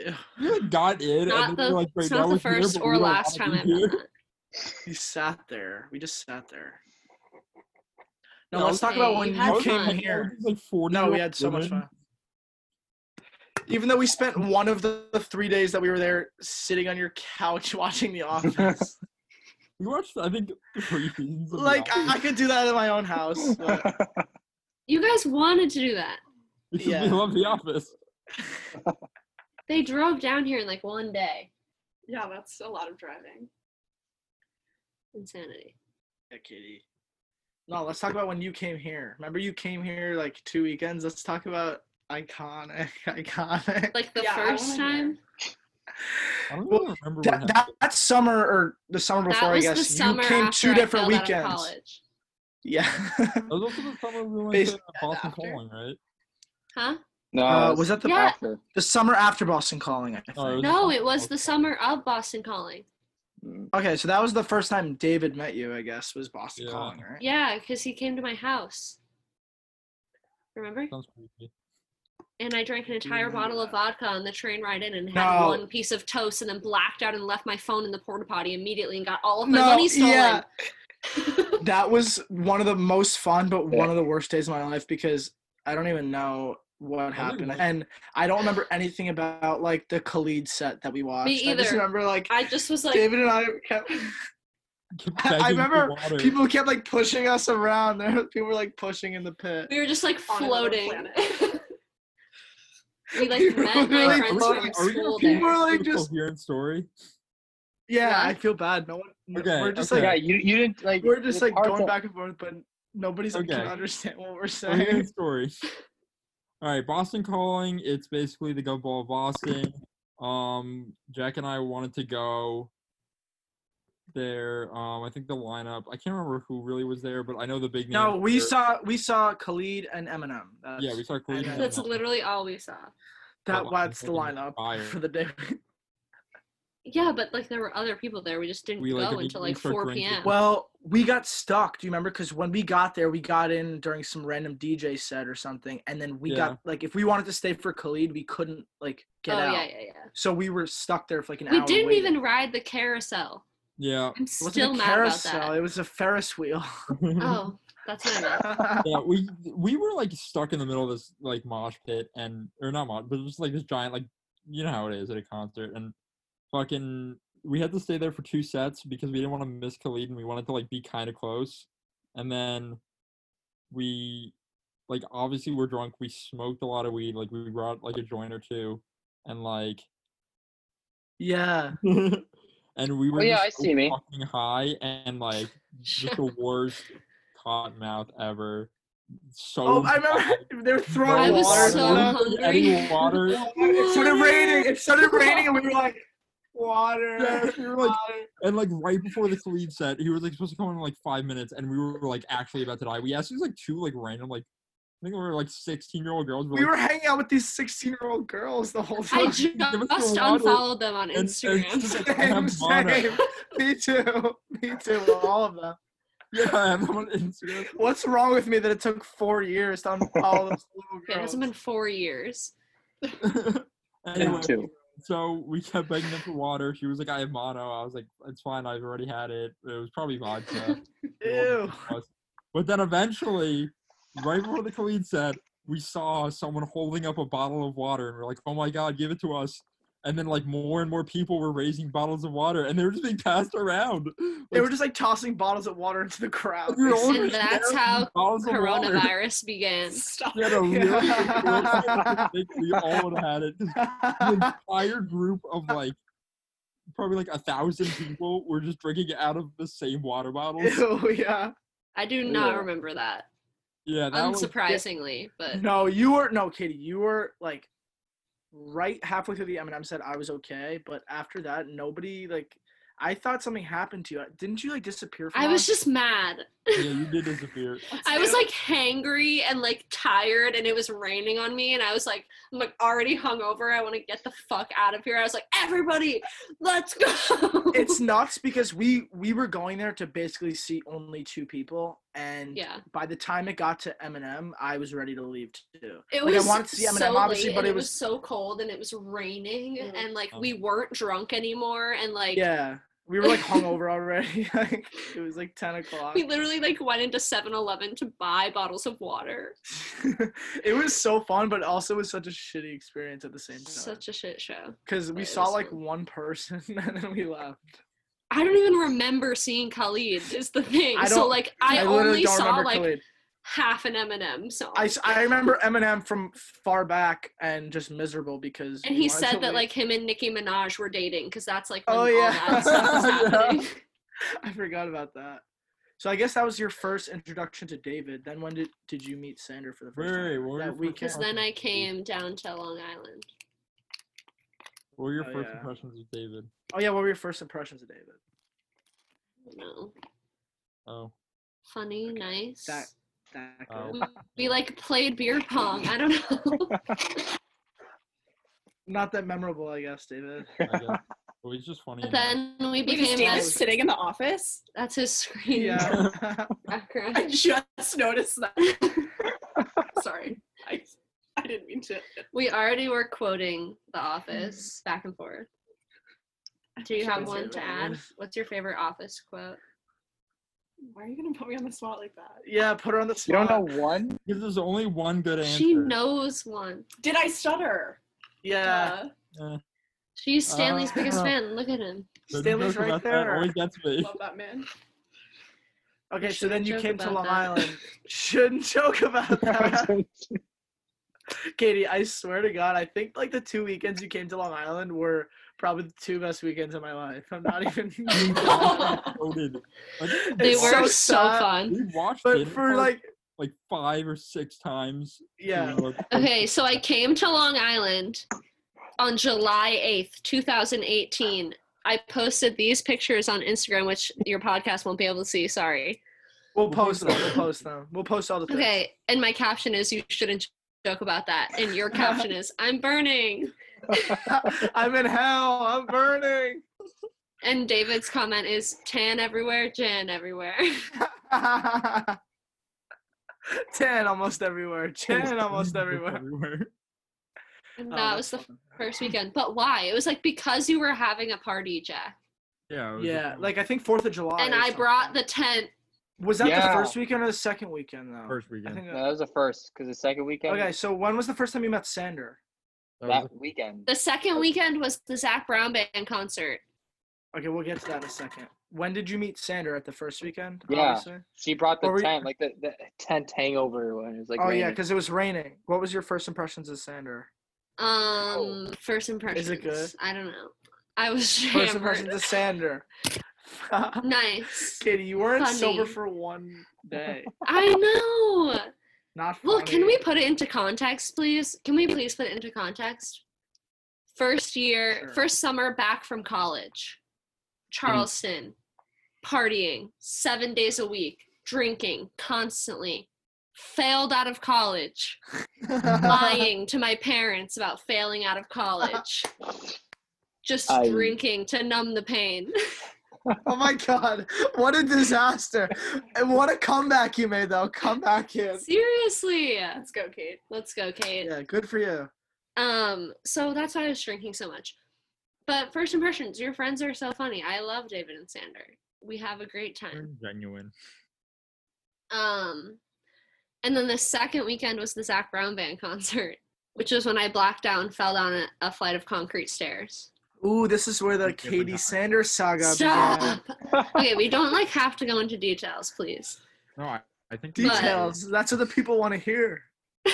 [SPEAKER 3] Ew.
[SPEAKER 4] You like, got in,
[SPEAKER 1] Not
[SPEAKER 4] and then
[SPEAKER 1] the,
[SPEAKER 4] you're like, "Wait,
[SPEAKER 1] it's not
[SPEAKER 4] that
[SPEAKER 1] the
[SPEAKER 4] was here,
[SPEAKER 1] first
[SPEAKER 4] but we
[SPEAKER 1] or
[SPEAKER 4] don't
[SPEAKER 1] last time
[SPEAKER 4] wanna be
[SPEAKER 1] I've done
[SPEAKER 4] here."
[SPEAKER 1] that.
[SPEAKER 3] You sat there. We just sat there. No,
[SPEAKER 4] No,
[SPEAKER 3] let's talk about
[SPEAKER 1] okay,
[SPEAKER 3] when
[SPEAKER 1] you
[SPEAKER 3] you,
[SPEAKER 1] had
[SPEAKER 4] Most
[SPEAKER 3] came
[SPEAKER 1] fun.
[SPEAKER 4] people,
[SPEAKER 3] here.
[SPEAKER 4] Like 40
[SPEAKER 3] No, we had so much
[SPEAKER 4] women.
[SPEAKER 3] fun. Even though we spent one of the, the three days that we were there sitting on your couch watching The Office,
[SPEAKER 4] We watched, I think, three seasons. of The
[SPEAKER 3] like
[SPEAKER 4] Office,
[SPEAKER 3] I, I could do that in my own house. but-
[SPEAKER 1] You guys wanted to do that.
[SPEAKER 4] because
[SPEAKER 3] yeah.
[SPEAKER 4] we love The Office.
[SPEAKER 1] They drove down here in like one day.
[SPEAKER 10] Yeah, that's a lot of driving.
[SPEAKER 1] Insanity.
[SPEAKER 3] Yeah, Katie. No, let's talk about when you came here. Remember, you came here like two weekends. Let's talk about iconic, iconic.
[SPEAKER 1] Like the
[SPEAKER 10] Yeah, I
[SPEAKER 1] first
[SPEAKER 10] wanna
[SPEAKER 1] time.
[SPEAKER 4] I don't
[SPEAKER 3] Well,
[SPEAKER 4] even remember what
[SPEAKER 3] that,
[SPEAKER 4] happened.
[SPEAKER 3] that, that summer or the summer
[SPEAKER 1] That
[SPEAKER 3] before, I
[SPEAKER 1] was
[SPEAKER 3] guess
[SPEAKER 1] the summer
[SPEAKER 3] you came
[SPEAKER 1] after
[SPEAKER 3] two
[SPEAKER 1] I
[SPEAKER 3] different
[SPEAKER 1] failed out of
[SPEAKER 3] weekends.
[SPEAKER 1] college.
[SPEAKER 3] Yeah.
[SPEAKER 4] That was also the summer we went
[SPEAKER 3] Based-
[SPEAKER 4] to Boston
[SPEAKER 10] after.
[SPEAKER 4] Calling, right?
[SPEAKER 1] Huh?
[SPEAKER 2] no,
[SPEAKER 3] uh,
[SPEAKER 2] it's
[SPEAKER 3] was that the
[SPEAKER 1] Yeah.
[SPEAKER 2] after.
[SPEAKER 3] the summer after Boston Calling? I think.
[SPEAKER 4] Oh, it was-
[SPEAKER 1] No, it was the summer of Boston Calling.
[SPEAKER 2] Mm.
[SPEAKER 3] okay, so that was the first time David met you. I guess was Boston
[SPEAKER 4] Yeah.
[SPEAKER 3] Calling, right?
[SPEAKER 1] Yeah, because he came to my house. Remember?
[SPEAKER 4] Sounds creepy.
[SPEAKER 1] And I drank an entire
[SPEAKER 3] remember
[SPEAKER 1] bottle of vodka on the train ride in and had
[SPEAKER 3] No.
[SPEAKER 1] one piece of toast and then blacked out and left my phone in the porta potty immediately and got all of my
[SPEAKER 3] No,
[SPEAKER 1] money stolen.
[SPEAKER 3] yeah. that was one of the most fun but
[SPEAKER 2] Yeah.
[SPEAKER 3] one of the worst days of my life because i don't even know what happened and i don't remember anything about like the khalid set that we watched i just
[SPEAKER 1] either.
[SPEAKER 3] remember like,
[SPEAKER 1] I just was like,
[SPEAKER 3] david and i kept
[SPEAKER 4] Keep
[SPEAKER 3] I
[SPEAKER 4] begging for
[SPEAKER 3] remember
[SPEAKER 4] water.
[SPEAKER 3] people kept like pushing us around there were- people were like pushing in the pit
[SPEAKER 1] we were just like
[SPEAKER 10] On another
[SPEAKER 1] floating.
[SPEAKER 10] planet.
[SPEAKER 1] we
[SPEAKER 3] We
[SPEAKER 1] like
[SPEAKER 3] were
[SPEAKER 1] met my
[SPEAKER 3] literally
[SPEAKER 1] friends
[SPEAKER 3] floating.
[SPEAKER 1] from
[SPEAKER 4] Are we gonna
[SPEAKER 1] school
[SPEAKER 4] keep
[SPEAKER 1] there.
[SPEAKER 3] People were
[SPEAKER 4] this
[SPEAKER 3] like
[SPEAKER 4] to a
[SPEAKER 3] just
[SPEAKER 4] coherent story?
[SPEAKER 3] yeah
[SPEAKER 1] Huh?
[SPEAKER 3] i feel bad no one no-
[SPEAKER 4] Okay,
[SPEAKER 3] we're just
[SPEAKER 4] okay.
[SPEAKER 2] yeah,
[SPEAKER 3] like
[SPEAKER 2] you you didn't like.
[SPEAKER 3] we're just
[SPEAKER 2] it's
[SPEAKER 3] like
[SPEAKER 2] hard
[SPEAKER 3] going
[SPEAKER 2] to-
[SPEAKER 3] back and forth but nobody's like, can
[SPEAKER 4] Okay.
[SPEAKER 3] understand what we're saying
[SPEAKER 4] Coherent story. All right, Boston Calling. It's basically the Gov Ball of Boston. Um, Jack and I wanted to go there. Um, I think the lineup. I can't remember who really was there, but I know the big name.
[SPEAKER 3] no we saw we saw khalid and eminem That's-
[SPEAKER 4] Yeah, we saw. Khalid
[SPEAKER 3] then-
[SPEAKER 4] and
[SPEAKER 1] That's
[SPEAKER 4] Eminem.
[SPEAKER 1] literally all we saw.
[SPEAKER 3] that
[SPEAKER 4] That
[SPEAKER 3] that's the
[SPEAKER 4] lineup
[SPEAKER 3] lineup
[SPEAKER 4] was fire.
[SPEAKER 3] for the day
[SPEAKER 1] Yeah, but like there were other people there. We just didn't
[SPEAKER 4] We, like,
[SPEAKER 1] go until
[SPEAKER 4] immediately
[SPEAKER 1] like
[SPEAKER 4] start
[SPEAKER 1] 4
[SPEAKER 4] drinking.
[SPEAKER 1] p.m.
[SPEAKER 3] Well, we got stuck. Do you remember? Because when we got there, we got in during some random DJ set or something, and then we
[SPEAKER 4] Yeah.
[SPEAKER 3] got like if we wanted to stay for Khalid, we couldn't like get
[SPEAKER 1] oh
[SPEAKER 3] out.
[SPEAKER 1] yeah, yeah, yeah.
[SPEAKER 3] So we were stuck there for like an
[SPEAKER 1] We
[SPEAKER 3] hour.
[SPEAKER 1] didn't
[SPEAKER 3] waiting.
[SPEAKER 1] even ride the carousel.
[SPEAKER 4] Yeah.
[SPEAKER 1] I'm
[SPEAKER 3] It wasn't
[SPEAKER 1] still
[SPEAKER 3] a
[SPEAKER 1] mad
[SPEAKER 3] carousel.
[SPEAKER 1] about
[SPEAKER 3] It was a Ferris wheel.
[SPEAKER 1] that. Oh, that's what I meant.
[SPEAKER 4] yeah, we we were like stuck in the middle of this like mosh pit and or not mosh, but just like this giant like you know how it is at a concert and fucking we had to stay there for two sets because we didn't want to miss Khalid and we wanted to like be kind of close, and then we like obviously we're drunk. We smoked a lot of weed. Like we brought like a joint or two, and like
[SPEAKER 3] yeah.
[SPEAKER 4] and we were
[SPEAKER 2] Oh, yeah,
[SPEAKER 4] just
[SPEAKER 2] I
[SPEAKER 4] so
[SPEAKER 2] see me.
[SPEAKER 4] fucking high and like just
[SPEAKER 1] Shut
[SPEAKER 4] the worst cotton mouth ever. So
[SPEAKER 3] Oh, I
[SPEAKER 4] bad.
[SPEAKER 3] remember they were
[SPEAKER 1] I
[SPEAKER 3] throwing
[SPEAKER 1] was
[SPEAKER 3] water.
[SPEAKER 1] so
[SPEAKER 3] at us.
[SPEAKER 1] hungry.
[SPEAKER 4] Eddie Water.
[SPEAKER 3] It started raining. It started raining, and we were like, water.
[SPEAKER 4] Yeah, we were like-
[SPEAKER 3] water.
[SPEAKER 4] And like right before the lead set, he was like supposed to come in like five minutes, and we were like actually about to die. We asked these like two like random like I think we were like sixteen year old girls.
[SPEAKER 3] we were hanging out with these sixteen-year-old girls the whole
[SPEAKER 1] I
[SPEAKER 3] time.
[SPEAKER 1] just
[SPEAKER 4] us the water
[SPEAKER 1] unfollowed them on
[SPEAKER 4] and- and
[SPEAKER 1] Instagram.
[SPEAKER 4] just, like, have them on it.
[SPEAKER 3] Same, Me too. Me too. All of them.
[SPEAKER 4] Yeah, I have them on Instagram.
[SPEAKER 3] What's wrong with me that it took four years to unfollow those little
[SPEAKER 1] It
[SPEAKER 3] girls?
[SPEAKER 1] hasn't been four years.
[SPEAKER 4] anyway,
[SPEAKER 2] Two.
[SPEAKER 4] so we kept begging them for water. She was like, "I have mono." I was like, "It's fine. I've already had it. It was probably vodka."
[SPEAKER 3] Ew.
[SPEAKER 4] But then eventually, right before the Khalid set, we saw someone holding up a bottle of water, and we're like, "Oh my God, give it to us!" And then like more and more people were raising bottles of water, and they were just being passed around.
[SPEAKER 3] They were just like tossing bottles of water into the crowd.
[SPEAKER 4] We were all
[SPEAKER 1] And
[SPEAKER 4] just
[SPEAKER 1] that's
[SPEAKER 4] there,
[SPEAKER 1] how
[SPEAKER 4] bottles of water.
[SPEAKER 1] Coronavirus began.
[SPEAKER 10] Stop.
[SPEAKER 4] We had a really good I
[SPEAKER 3] Yeah.
[SPEAKER 4] think we all would have had it. 'cause The entire group of like probably like a thousand people were just drinking out of the same water bottles.
[SPEAKER 3] Ew, yeah.
[SPEAKER 1] I do not
[SPEAKER 2] Yeah.
[SPEAKER 1] remember that,
[SPEAKER 4] Yeah, that was
[SPEAKER 1] unsurprisingly. But
[SPEAKER 3] No, you were no, Katie. You were like right halfway through the Eminem said I was okay, but after that, nobody like. I thought something happened to you. Didn't you like disappear? From
[SPEAKER 1] I was
[SPEAKER 3] us?
[SPEAKER 1] just mad.
[SPEAKER 4] yeah, you did disappear.
[SPEAKER 1] I was like hangry and like tired, and it was raining on me. And I was like, I'm like already hungover. I want to get the fuck out of here. I was like, everybody, let's go.
[SPEAKER 3] It's nuts because we we were going there to basically see only two people, and
[SPEAKER 1] yeah.
[SPEAKER 3] by the time it got to Eminem, I was ready to leave too.
[SPEAKER 1] It
[SPEAKER 3] Like, I
[SPEAKER 1] was
[SPEAKER 3] wanted to see Eminem,
[SPEAKER 1] so
[SPEAKER 3] obviously,
[SPEAKER 1] late,
[SPEAKER 3] but
[SPEAKER 1] and
[SPEAKER 3] it
[SPEAKER 1] it was
[SPEAKER 3] was- Mm.
[SPEAKER 1] so cold, and it was raining,
[SPEAKER 10] Mhm.
[SPEAKER 1] and like
[SPEAKER 4] Oh.
[SPEAKER 1] we weren't drunk anymore, and like
[SPEAKER 3] yeah, We were like hungover already. like it was like ten o'clock.
[SPEAKER 1] We literally like went into 7-Eleven to buy bottles of water.
[SPEAKER 3] it was so fun, but also was such a shitty experience at the same time.
[SPEAKER 1] Such a shit show.
[SPEAKER 3] Because we
[SPEAKER 1] it
[SPEAKER 3] saw
[SPEAKER 1] was
[SPEAKER 3] like
[SPEAKER 1] fun.
[SPEAKER 3] one person and then we left.
[SPEAKER 1] I don't even remember seeing Khalid is the thing.
[SPEAKER 3] I
[SPEAKER 1] So
[SPEAKER 3] don't-
[SPEAKER 1] like I,
[SPEAKER 3] literally
[SPEAKER 1] only
[SPEAKER 3] don't
[SPEAKER 1] saw
[SPEAKER 3] remember
[SPEAKER 1] like
[SPEAKER 3] Khalid.
[SPEAKER 1] half an Eminem song.
[SPEAKER 3] I, s- I remember Eminem from far back and just miserable because.
[SPEAKER 1] and
[SPEAKER 3] we
[SPEAKER 1] he
[SPEAKER 3] wanted
[SPEAKER 1] said
[SPEAKER 3] to
[SPEAKER 1] that
[SPEAKER 3] leave.
[SPEAKER 1] like him and Nicki Minaj were dating because that's like when
[SPEAKER 3] Oh
[SPEAKER 1] all
[SPEAKER 3] yeah.
[SPEAKER 1] that stuff was
[SPEAKER 3] Yeah.
[SPEAKER 1] happening.
[SPEAKER 3] I forgot about that. So I guess that was your first introduction to David. Then when did did you meet Sander for the first
[SPEAKER 4] Wait,
[SPEAKER 3] time?
[SPEAKER 4] what were your
[SPEAKER 3] that
[SPEAKER 4] first
[SPEAKER 3] weekend.
[SPEAKER 1] Because then I came down to Long Island.
[SPEAKER 4] What were your
[SPEAKER 3] Oh,
[SPEAKER 4] first
[SPEAKER 3] yeah.
[SPEAKER 4] impressions of David?
[SPEAKER 3] Oh yeah, what were your first impressions of David?
[SPEAKER 1] No.
[SPEAKER 4] Oh,
[SPEAKER 1] Funny, nice.
[SPEAKER 3] That that
[SPEAKER 4] Oh.
[SPEAKER 3] good.
[SPEAKER 1] We like played beer pong. I don't know.
[SPEAKER 3] Not that memorable, I guess, David.
[SPEAKER 4] I guess. Well, he's just funny.
[SPEAKER 1] but
[SPEAKER 4] and-
[SPEAKER 1] then we
[SPEAKER 10] Wait, is
[SPEAKER 1] became
[SPEAKER 10] David
[SPEAKER 1] best.
[SPEAKER 10] sitting in the office?
[SPEAKER 1] That's his screen
[SPEAKER 3] Yeah.
[SPEAKER 10] I
[SPEAKER 1] background.
[SPEAKER 10] just noticed that. Sorry. I, I didn't mean to.
[SPEAKER 1] We already were quoting The
[SPEAKER 3] Mm-hmm.
[SPEAKER 1] Office back and forth. Do you have one to add? What's your favorite Office quote?
[SPEAKER 10] Why are you going to put me on the spot like that?
[SPEAKER 3] yeah, put her on the
[SPEAKER 2] You don't
[SPEAKER 3] spot.
[SPEAKER 2] know one?
[SPEAKER 4] Because there's only one good answer.
[SPEAKER 1] She knows one.
[SPEAKER 10] Did I stutter?
[SPEAKER 3] Yeah.
[SPEAKER 1] She's Stanley's
[SPEAKER 4] Uh,
[SPEAKER 1] biggest fan. Look at him.
[SPEAKER 4] The
[SPEAKER 3] Stanley's
[SPEAKER 4] joke
[SPEAKER 3] right
[SPEAKER 4] about that
[SPEAKER 3] there.
[SPEAKER 4] always gets
[SPEAKER 10] Duh.
[SPEAKER 4] me.
[SPEAKER 10] Love that man.
[SPEAKER 3] Okay, so
[SPEAKER 1] Shouldn't
[SPEAKER 3] then you
[SPEAKER 1] joke
[SPEAKER 3] came to
[SPEAKER 1] about
[SPEAKER 3] Long
[SPEAKER 1] that.
[SPEAKER 3] Island. Shouldn't joke about that. Katie, I swear to God, I think like the two weekends you came to Long Island were probably the two best weekends of my life. I'm not even.
[SPEAKER 4] Loaded. Like,
[SPEAKER 1] They
[SPEAKER 3] It's
[SPEAKER 1] were
[SPEAKER 3] so
[SPEAKER 1] so,
[SPEAKER 3] sad,
[SPEAKER 1] fun.
[SPEAKER 4] we watched
[SPEAKER 3] But
[SPEAKER 4] it
[SPEAKER 3] for like,
[SPEAKER 4] like five or six times.
[SPEAKER 3] yeah,
[SPEAKER 4] throughout the
[SPEAKER 1] Okay, so I came to Long Island on July 8th, 2018. I posted these pictures on Instagram, which your podcast won't be able to see. Sorry.
[SPEAKER 3] we'll post them. We'll post them. We'll post all the things.
[SPEAKER 1] Okay, and my caption is, You shouldn't joke about that. And your caption is, I'm burning.
[SPEAKER 3] I'm in hell. I'm burning.
[SPEAKER 1] And David's comment is, Tan everywhere, Jan everywhere.
[SPEAKER 3] Ten almost everywhere. Ten almost everywhere.
[SPEAKER 1] And that
[SPEAKER 3] Oh, that's
[SPEAKER 1] was the
[SPEAKER 3] fun.
[SPEAKER 1] first weekend. But why? It was like because you were having a party, Jack.
[SPEAKER 4] Yeah. it was
[SPEAKER 3] Yeah,
[SPEAKER 4] the
[SPEAKER 3] like I think Fourth of July.
[SPEAKER 1] And
[SPEAKER 3] or
[SPEAKER 1] I brought
[SPEAKER 3] something.
[SPEAKER 1] the tent.
[SPEAKER 3] Was that
[SPEAKER 2] Yeah.
[SPEAKER 3] the first weekend or the second weekend though?
[SPEAKER 4] first
[SPEAKER 3] I
[SPEAKER 4] weekend.
[SPEAKER 3] think.
[SPEAKER 2] No,
[SPEAKER 3] that-
[SPEAKER 2] that was the first, because the second weekend,
[SPEAKER 3] okay, so when was the first time you met Sander?
[SPEAKER 4] That was
[SPEAKER 2] that weekend.
[SPEAKER 1] The
[SPEAKER 3] Oh.
[SPEAKER 1] second weekend was the Zach Brown Band concert.
[SPEAKER 3] Okay, we'll get to that in a second. When did you meet Sander at the first weekend?
[SPEAKER 2] Yeah.
[SPEAKER 3] obviously?
[SPEAKER 2] She brought the
[SPEAKER 3] Or were you-
[SPEAKER 2] tent, like the, the tent hangover when it was like.
[SPEAKER 3] oh yeah,
[SPEAKER 2] raining.
[SPEAKER 3] because it was raining. What was your first impressions of Sander?
[SPEAKER 1] Um, first impressions.
[SPEAKER 3] Oh. good?
[SPEAKER 1] I don't know. I was
[SPEAKER 3] First
[SPEAKER 1] hammered.
[SPEAKER 3] impressions of Sander.
[SPEAKER 1] Nice.
[SPEAKER 3] Katie, you weren't sober
[SPEAKER 1] Funny.
[SPEAKER 3] for one day.
[SPEAKER 1] I know.
[SPEAKER 3] Not funny.
[SPEAKER 1] Well, can we put it into context, please? Can we please put it into context? First year,
[SPEAKER 3] Sure.
[SPEAKER 1] first summer back from college, Charleston, partying seven days a week, drinking constantly, failed out of college, lying to my parents about failing out of college, just
[SPEAKER 2] I-
[SPEAKER 1] drinking to numb the pain.
[SPEAKER 3] Oh my god, what a disaster. And what a comeback you made though. Comeback kid.
[SPEAKER 1] Seriously.
[SPEAKER 10] Let's go, Kate.
[SPEAKER 1] Let's go, Kate.
[SPEAKER 3] Yeah, good for you.
[SPEAKER 1] Um, so that's why I was drinking so much. But first impressions, your friends are so funny. I love David and Sander. We have a great time.
[SPEAKER 4] weekend. Genuine.
[SPEAKER 1] Um, and then the second weekend was the Zach Brown Band concert, which was when I blacked out and fell down a, a flight of concrete stairs.
[SPEAKER 3] Ooh, this is where the
[SPEAKER 4] Different
[SPEAKER 3] Katie
[SPEAKER 4] time.
[SPEAKER 3] Sanders saga began.
[SPEAKER 1] Stop. okay, we don't like have to go into details, please.
[SPEAKER 4] No, I, I think
[SPEAKER 1] But-
[SPEAKER 3] Details. That's what the people want to hear.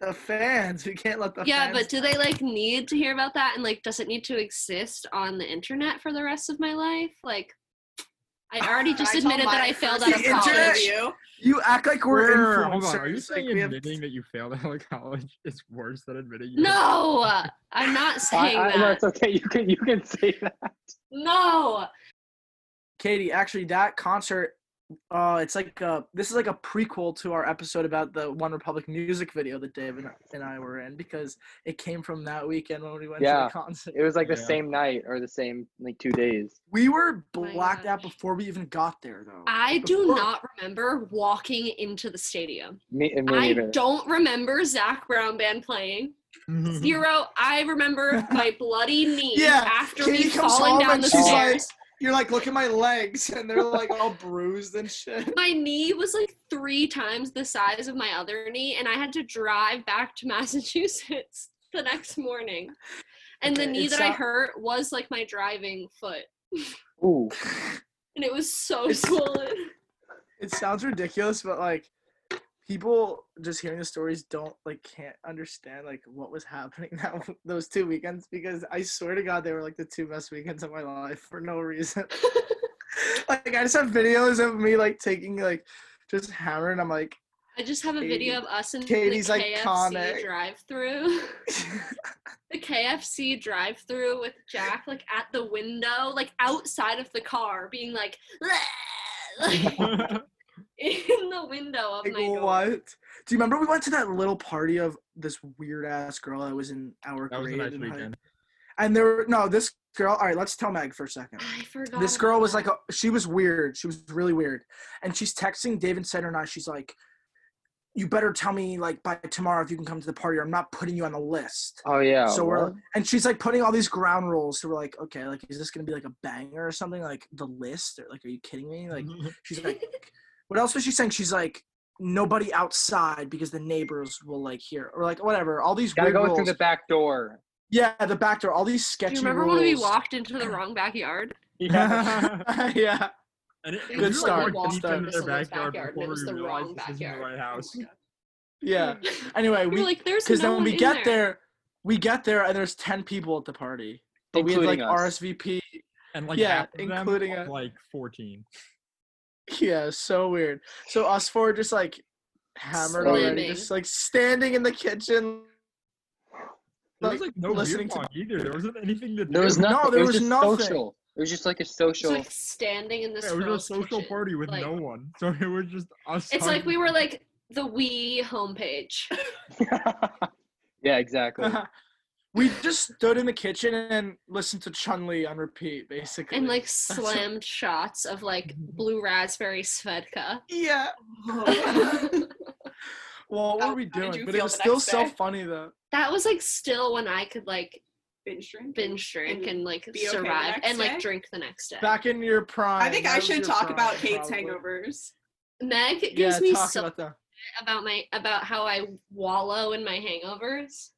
[SPEAKER 3] The fans. We can't let the
[SPEAKER 1] yeah,
[SPEAKER 3] fans
[SPEAKER 1] but do they like need to hear about that? And like, does it need to exist on the internet for the rest of my life? Like, I already just
[SPEAKER 10] told
[SPEAKER 1] admitted that
[SPEAKER 10] my
[SPEAKER 1] I failed
[SPEAKER 10] first
[SPEAKER 1] out of
[SPEAKER 3] The
[SPEAKER 10] college
[SPEAKER 1] college.
[SPEAKER 3] internet-
[SPEAKER 10] interview.
[SPEAKER 3] You act like we're
[SPEAKER 4] Where-
[SPEAKER 3] influencers.
[SPEAKER 4] Hold on, are you saying
[SPEAKER 3] like, we have-
[SPEAKER 4] admitting that you failed out of college is worse than admitting you?
[SPEAKER 1] No, I'm not
[SPEAKER 2] I,
[SPEAKER 1] saying
[SPEAKER 2] I, no,
[SPEAKER 1] that.
[SPEAKER 2] it's okay. You can you can say that.
[SPEAKER 1] No,
[SPEAKER 3] Katie, actually, that concert, uh, it's like uh, this is like a prequel to our episode about the One Republic music video that Dave and, and I were in because it came from that weekend when we went
[SPEAKER 2] Yeah.
[SPEAKER 3] to the concert.
[SPEAKER 2] It was like the
[SPEAKER 4] Yeah.
[SPEAKER 2] same night or the same like two days.
[SPEAKER 3] We were
[SPEAKER 1] Oh my
[SPEAKER 3] blacked out
[SPEAKER 1] gosh.
[SPEAKER 3] before we even got there, though.
[SPEAKER 1] I do
[SPEAKER 3] Before-
[SPEAKER 1] not remember walking into the stadium.
[SPEAKER 2] Me and me
[SPEAKER 1] I
[SPEAKER 2] neither.
[SPEAKER 1] don't remember Zach Brown Band playing. Zero. I remember my bloody knee
[SPEAKER 3] Yeah,
[SPEAKER 1] after
[SPEAKER 3] Katie
[SPEAKER 1] me
[SPEAKER 3] comes
[SPEAKER 1] falling
[SPEAKER 3] home
[SPEAKER 1] down
[SPEAKER 3] and
[SPEAKER 1] the
[SPEAKER 3] she's like-
[SPEAKER 1] stairs.
[SPEAKER 3] You're like, look at my legs, and they're like all bruised and shit.
[SPEAKER 1] my knee was like three times the size of my other knee, and I had to drive back to Massachusetts the next morning. And the
[SPEAKER 3] Okay,
[SPEAKER 1] knee
[SPEAKER 3] it
[SPEAKER 1] that I
[SPEAKER 3] sou-
[SPEAKER 1] hurt was like my driving foot,
[SPEAKER 2] Ooh.
[SPEAKER 1] and it was so
[SPEAKER 3] It's-
[SPEAKER 1] swollen.
[SPEAKER 3] It sounds ridiculous, but like people just hearing the stories don't like can't understand like what was happening that those two weekends because I swear to God they were like the two best weekends of my life for no reason. like I just have videos of me like taking like just hammering. I'm like
[SPEAKER 1] I just have a video of us in
[SPEAKER 3] Katie's
[SPEAKER 1] the
[SPEAKER 3] iconic.
[SPEAKER 1] KFC drive-through. the KFC drive-through with Jack like at the window, like outside of the car, being like, like in the window of
[SPEAKER 3] Like,
[SPEAKER 1] Oh my door.
[SPEAKER 3] what? Do you remember we went to that little party of this weird ass girl that was in our
[SPEAKER 4] That was a
[SPEAKER 3] grade?
[SPEAKER 4] nice
[SPEAKER 3] in high-
[SPEAKER 4] weekend.
[SPEAKER 3] And there were no this girl. All right, let's tell Meg for a second.
[SPEAKER 1] I forgot.
[SPEAKER 3] This
[SPEAKER 1] about
[SPEAKER 3] girl was like
[SPEAKER 1] that.
[SPEAKER 3] a, she was weird. She was really weird, and she's texting David Center and I. She's like, "You better tell me like by tomorrow if you can come to the party, or I'm not putting you on the list."
[SPEAKER 2] Oh yeah.
[SPEAKER 3] so we're
[SPEAKER 2] what?
[SPEAKER 3] and she's like putting all these ground rules. So we're like, okay, like is this gonna be like a banger or something? Like the list? Or, like, are you kidding me? Like She's like, what else was she saying? She's like, nobody outside because the neighbors will like hear or like whatever. All these
[SPEAKER 2] gotta
[SPEAKER 3] weird
[SPEAKER 2] go
[SPEAKER 3] rules.
[SPEAKER 2] through the back door.
[SPEAKER 3] yeah, the back door. All these
[SPEAKER 1] Do
[SPEAKER 3] sketchy
[SPEAKER 1] you remember
[SPEAKER 3] rules.
[SPEAKER 1] when we walked into the wrong backyard?
[SPEAKER 4] yeah.
[SPEAKER 3] yeah.
[SPEAKER 4] And it, we
[SPEAKER 1] It
[SPEAKER 4] were,
[SPEAKER 3] Good start,
[SPEAKER 4] Like,
[SPEAKER 3] good
[SPEAKER 4] walking
[SPEAKER 3] start.
[SPEAKER 4] Into their
[SPEAKER 1] Someone's
[SPEAKER 4] backyard,
[SPEAKER 1] backyard, and
[SPEAKER 4] before
[SPEAKER 1] it was
[SPEAKER 4] we
[SPEAKER 1] the
[SPEAKER 4] realized
[SPEAKER 1] wrong
[SPEAKER 4] this isn't
[SPEAKER 1] backyard.
[SPEAKER 4] the right house.
[SPEAKER 3] Yeah. Anyway,
[SPEAKER 1] We, were
[SPEAKER 3] we
[SPEAKER 1] like, "There's
[SPEAKER 3] because
[SPEAKER 1] no
[SPEAKER 3] then when
[SPEAKER 1] one
[SPEAKER 3] we
[SPEAKER 1] in
[SPEAKER 3] get there, we get there and there's ten people at the party. But we had like
[SPEAKER 2] Including us.
[SPEAKER 3] RSVP.
[SPEAKER 4] And like
[SPEAKER 3] Yeah,
[SPEAKER 4] half of them
[SPEAKER 3] including
[SPEAKER 4] are,
[SPEAKER 3] a-
[SPEAKER 4] like 14.
[SPEAKER 3] Yeah, so weird. So us four just like hammered already,
[SPEAKER 1] Slamming.
[SPEAKER 3] just like standing in the kitchen.
[SPEAKER 4] There
[SPEAKER 3] Like,
[SPEAKER 4] was like no
[SPEAKER 3] listening
[SPEAKER 4] listening
[SPEAKER 3] to-
[SPEAKER 4] to either. There wasn't anything to do.
[SPEAKER 2] There was
[SPEAKER 3] No,
[SPEAKER 2] nothing.
[SPEAKER 3] there
[SPEAKER 2] it was,
[SPEAKER 3] was
[SPEAKER 2] just
[SPEAKER 3] nothing.
[SPEAKER 2] social. It was just like a
[SPEAKER 1] Just
[SPEAKER 2] social.
[SPEAKER 1] like standing in this
[SPEAKER 4] Yeah, it was a
[SPEAKER 1] girl's
[SPEAKER 4] social
[SPEAKER 1] kitchen.
[SPEAKER 4] party with
[SPEAKER 1] Like,
[SPEAKER 4] no one. So it was just us.
[SPEAKER 1] It's like we
[SPEAKER 4] hugging.
[SPEAKER 1] were like the Wii homepage.
[SPEAKER 2] yeah, exactly.
[SPEAKER 3] we just stood in the kitchen and listened to Chun Li on repeat, basically.
[SPEAKER 1] and like slammed shots of like blue raspberry svedka.
[SPEAKER 3] yeah.
[SPEAKER 10] Oh.
[SPEAKER 1] that
[SPEAKER 3] Well, what
[SPEAKER 10] How
[SPEAKER 3] were we
[SPEAKER 10] did you
[SPEAKER 3] doing? But it
[SPEAKER 10] feel
[SPEAKER 3] was
[SPEAKER 10] the
[SPEAKER 3] still
[SPEAKER 10] next
[SPEAKER 3] so
[SPEAKER 10] day?
[SPEAKER 3] funny though.
[SPEAKER 1] was like still when I could like
[SPEAKER 10] Binge drink.
[SPEAKER 1] binge drink and like
[SPEAKER 10] Be okay the
[SPEAKER 1] survive
[SPEAKER 10] next
[SPEAKER 1] and like
[SPEAKER 10] day?
[SPEAKER 1] drink the next day.
[SPEAKER 3] Back in your prime.
[SPEAKER 10] I think I
[SPEAKER 3] that was
[SPEAKER 10] should
[SPEAKER 3] your
[SPEAKER 10] talk
[SPEAKER 3] prime,
[SPEAKER 10] about Kate's
[SPEAKER 3] probably.
[SPEAKER 10] hangovers.
[SPEAKER 1] Meg gives
[SPEAKER 3] Yeah,
[SPEAKER 1] me
[SPEAKER 3] talk
[SPEAKER 1] so
[SPEAKER 3] about that.
[SPEAKER 1] about my about how I wallow in my hangovers.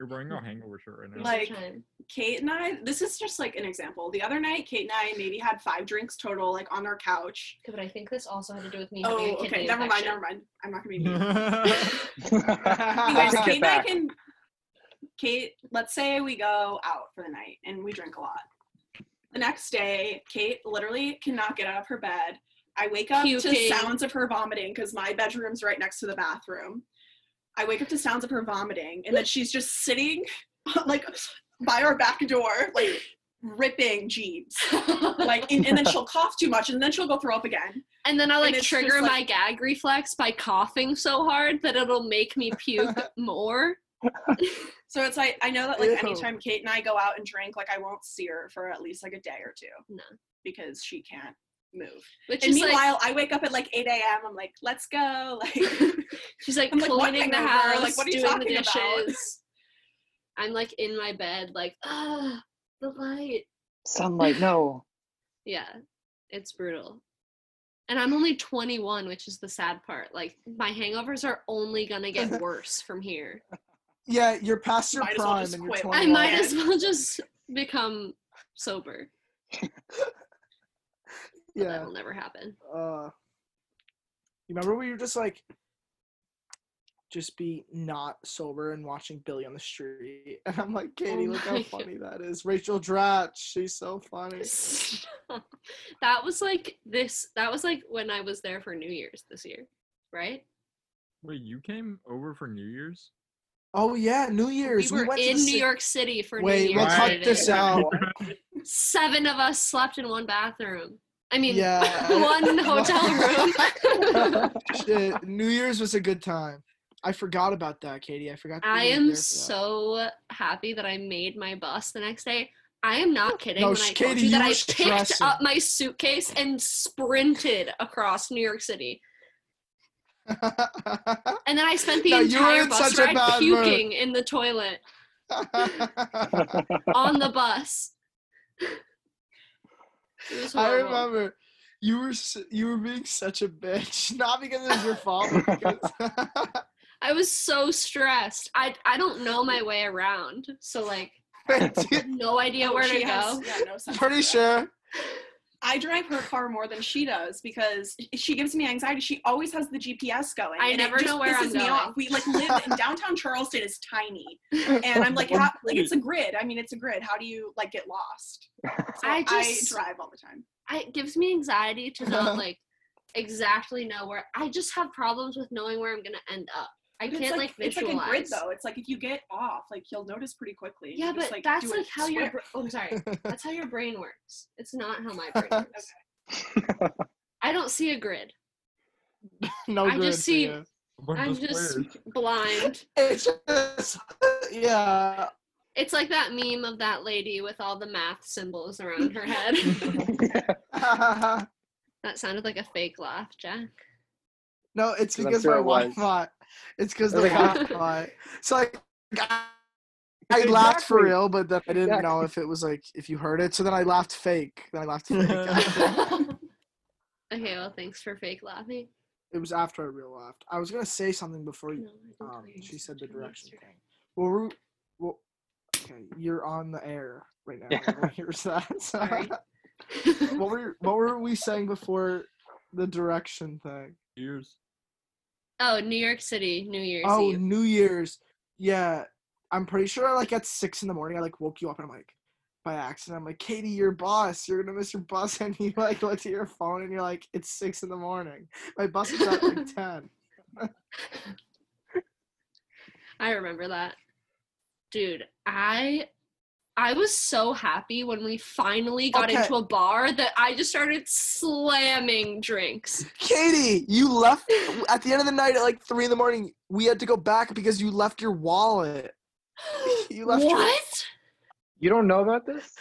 [SPEAKER 4] You're wearing a hangover shirt right now.
[SPEAKER 10] Like- Kate and I, this is just like an example. The other night, Kate and I maybe had five drinks total, like on our couch.
[SPEAKER 1] Okay, but I think this also had to do with me. having
[SPEAKER 10] Oh,
[SPEAKER 1] a kidney
[SPEAKER 10] okay. Never mind.
[SPEAKER 1] infection.
[SPEAKER 10] Never mind. I'm not gonna be mean.
[SPEAKER 2] I
[SPEAKER 10] Anyways, Um, Kate
[SPEAKER 2] take it
[SPEAKER 10] and I
[SPEAKER 2] back.
[SPEAKER 10] can. Kate, let's say we go out for the night and we drink a lot. The next day, Kate literally cannot get out of her bed. I wake up to
[SPEAKER 1] Puking.
[SPEAKER 10] sounds of her vomiting because my bedroom's right next to the bathroom. I wake up to sounds of her vomiting, and then she's just sitting like by our back door, like ripping jeans. Like, and, and then she'll cough too much, and then she'll go throw up again.
[SPEAKER 1] and then I like
[SPEAKER 10] it's just,
[SPEAKER 1] trigger
[SPEAKER 10] like-
[SPEAKER 1] my gag reflex by coughing so hard that it'll make me puke more.
[SPEAKER 10] So it's like I know that like
[SPEAKER 3] Ew.
[SPEAKER 10] anytime Kate and I go out and drink, like I won't see her for at least like a day or two.
[SPEAKER 1] No.
[SPEAKER 10] Because she can't move.
[SPEAKER 1] Which
[SPEAKER 10] and
[SPEAKER 1] is like
[SPEAKER 10] meanwhile, I wake up at like 8 a.m. I'm like, let's go. Like
[SPEAKER 1] She's like
[SPEAKER 10] I'm like, what
[SPEAKER 1] cleaning the
[SPEAKER 10] hangover?
[SPEAKER 1] house,
[SPEAKER 10] Like, what are you
[SPEAKER 1] doing the
[SPEAKER 10] talking about?
[SPEAKER 1] dishes. I'm like in my bed, like ah, the light.
[SPEAKER 2] Sunlight, no.
[SPEAKER 1] Yeah, it's brutal. And I'm only 21, which is the sad part. Like my hangovers are only gonna get worse from here.
[SPEAKER 3] Yeah, you're past your
[SPEAKER 10] Might as well
[SPEAKER 3] prime
[SPEAKER 10] just
[SPEAKER 3] and you're
[SPEAKER 10] quit.
[SPEAKER 3] 21.
[SPEAKER 1] I
[SPEAKER 10] Wow.
[SPEAKER 1] might as well just become sober. but
[SPEAKER 3] Yeah.
[SPEAKER 1] that'll never happen.
[SPEAKER 3] Uh, you remember we were just like, just be not sober and watching Billy on the street, and I'm like, Katie, look how
[SPEAKER 1] Oh my
[SPEAKER 3] funny that is. Rachel Dratch, she's so funny.
[SPEAKER 1] that was like this. That was like when I was there for New Year's this year, right?
[SPEAKER 4] Wait, you came over for New Year's?
[SPEAKER 3] Oh yeah, New Year's.
[SPEAKER 1] we were
[SPEAKER 3] went to
[SPEAKER 1] in
[SPEAKER 3] the
[SPEAKER 1] New
[SPEAKER 3] ci-
[SPEAKER 1] York City for
[SPEAKER 3] Wait,
[SPEAKER 1] New Year's.
[SPEAKER 3] we'll cut
[SPEAKER 1] Day.
[SPEAKER 3] this out.
[SPEAKER 1] Seven of us slept in one bathroom. I mean,
[SPEAKER 3] Yeah.
[SPEAKER 1] one hotel room.
[SPEAKER 3] Shit, New Year's was a good time. I forgot about that, Katie. I forgot. that
[SPEAKER 1] I
[SPEAKER 3] you were
[SPEAKER 1] am
[SPEAKER 3] there for that.
[SPEAKER 1] so happy that I made my bus the next day. I am not kidding
[SPEAKER 3] No,
[SPEAKER 1] when I told
[SPEAKER 3] Katie,
[SPEAKER 1] you that
[SPEAKER 3] you
[SPEAKER 1] I
[SPEAKER 3] were
[SPEAKER 1] picked
[SPEAKER 3] stressing.
[SPEAKER 1] up my suitcase and sprinted across New York City. And then I spent the
[SPEAKER 11] No, you were
[SPEAKER 1] entire
[SPEAKER 11] in
[SPEAKER 1] bus
[SPEAKER 11] such a
[SPEAKER 1] ride
[SPEAKER 11] bad mood.
[SPEAKER 1] puking in the toilet on the bus. It was
[SPEAKER 11] I
[SPEAKER 1] horrible.
[SPEAKER 11] remember you were s- you were being such a bitch, not because it was your fault. but Because
[SPEAKER 1] I was so stressed. I I don't know my way around. So like
[SPEAKER 11] But you-
[SPEAKER 1] no idea
[SPEAKER 10] Oh,
[SPEAKER 1] where to
[SPEAKER 10] she
[SPEAKER 1] go.
[SPEAKER 10] has- yeah, no sense of
[SPEAKER 11] pretty
[SPEAKER 10] it.
[SPEAKER 11] sure.
[SPEAKER 10] I drive her car more than she does because she gives me anxiety. She always has the GPS going.
[SPEAKER 1] I
[SPEAKER 10] and it
[SPEAKER 1] never
[SPEAKER 10] just
[SPEAKER 1] know where I'm
[SPEAKER 10] pisses me
[SPEAKER 1] going.
[SPEAKER 10] off. We like live in downtown Charleston is tiny, and I'm like, how, like it's a grid. I mean, it's a grid. How do you like get lost? So
[SPEAKER 1] I just-
[SPEAKER 10] drive all the time.
[SPEAKER 1] I, it gives me anxiety to
[SPEAKER 11] Uh-huh.
[SPEAKER 1] not like exactly know where I just have problems with knowing where I'm gonna end up. I
[SPEAKER 10] But it's
[SPEAKER 1] can't like,
[SPEAKER 10] it's
[SPEAKER 1] visualize.
[SPEAKER 10] like a grid though. It's like if you get off, like you'll notice pretty quickly.
[SPEAKER 1] Yeah,
[SPEAKER 10] You just,
[SPEAKER 1] but that's
[SPEAKER 10] do it
[SPEAKER 1] like how your
[SPEAKER 10] square.
[SPEAKER 1] br- oh, I'm sorry. That's how your brain works. It's not how my brain works. I don't see a grid.
[SPEAKER 11] No
[SPEAKER 1] I
[SPEAKER 11] good.
[SPEAKER 1] just
[SPEAKER 11] for
[SPEAKER 1] see-
[SPEAKER 11] you.
[SPEAKER 4] Bunch
[SPEAKER 1] I'm
[SPEAKER 4] of
[SPEAKER 1] just
[SPEAKER 4] squares.
[SPEAKER 1] blind.
[SPEAKER 11] It's just yeah.
[SPEAKER 1] It's like that meme of that lady with all the math symbols around her head. that sounded like a fake laugh, Jack.
[SPEAKER 11] no, it's
[SPEAKER 2] 'Cause I'm
[SPEAKER 11] because
[SPEAKER 2] sure
[SPEAKER 11] my
[SPEAKER 2] it was.
[SPEAKER 11] Wi-Fi. It's because the
[SPEAKER 2] Like, how-
[SPEAKER 11] Wi-Fi. So like, I, I laughed for
[SPEAKER 2] Exactly.
[SPEAKER 11] real, but then I didn't
[SPEAKER 2] Exactly.
[SPEAKER 11] know if it was like if you heard it. So then I laughed fake. Then I laughed fake.
[SPEAKER 1] Okay, well, thanks for fake laughing.
[SPEAKER 11] it was after I real laughed. I was gonna say something before you.
[SPEAKER 1] No, I didn't tell
[SPEAKER 11] Um,
[SPEAKER 1] you
[SPEAKER 11] she
[SPEAKER 1] this
[SPEAKER 11] said the
[SPEAKER 1] until
[SPEAKER 11] direction
[SPEAKER 1] yesterday.
[SPEAKER 11] thing. Well, we're, well, okay, you're on the air right now.
[SPEAKER 2] Yeah.
[SPEAKER 11] everyone hears that. So-
[SPEAKER 1] Sorry.
[SPEAKER 11] what were what were we saying before the direction thing?
[SPEAKER 4] Years.
[SPEAKER 1] Oh, New York City, New Year's
[SPEAKER 11] Oh,
[SPEAKER 1] Eve.
[SPEAKER 11] New Year's. Yeah, I'm pretty sure. Like at six in the morning, I like woke you up, and I'm like, by accident, I'm like, Katie, your boss. You're gonna miss your bus, and you like look at your phone, and you're like, it's six in the morning. My bus is at like ten.
[SPEAKER 1] I remember that. Dude, I I was so happy when we finally got
[SPEAKER 11] Okay.
[SPEAKER 1] into a bar that I just started slamming drinks.
[SPEAKER 11] Katie, you left at the end of the night at like three in the morning. We had to go back because you left your wallet. You left your-
[SPEAKER 1] what?
[SPEAKER 2] You don't know about this?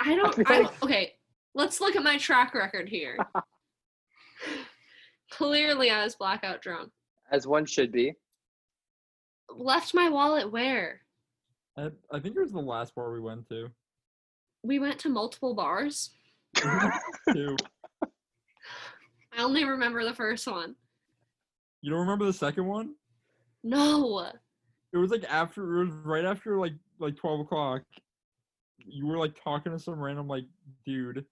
[SPEAKER 1] I don't
[SPEAKER 2] feel
[SPEAKER 1] I,
[SPEAKER 2] like-
[SPEAKER 1] okay, let's look at my track record here. Clearly I was blackout drunk.
[SPEAKER 2] As one should be.
[SPEAKER 1] Left my wallet where?
[SPEAKER 4] I, I think it was the last bar we went to.
[SPEAKER 1] We went to multiple bars.
[SPEAKER 4] Two.
[SPEAKER 1] I only remember the first one.
[SPEAKER 4] You don't remember the second one?
[SPEAKER 1] No.
[SPEAKER 4] It was like after. It was right after like like twelve o'clock. You were like talking to some random like dude,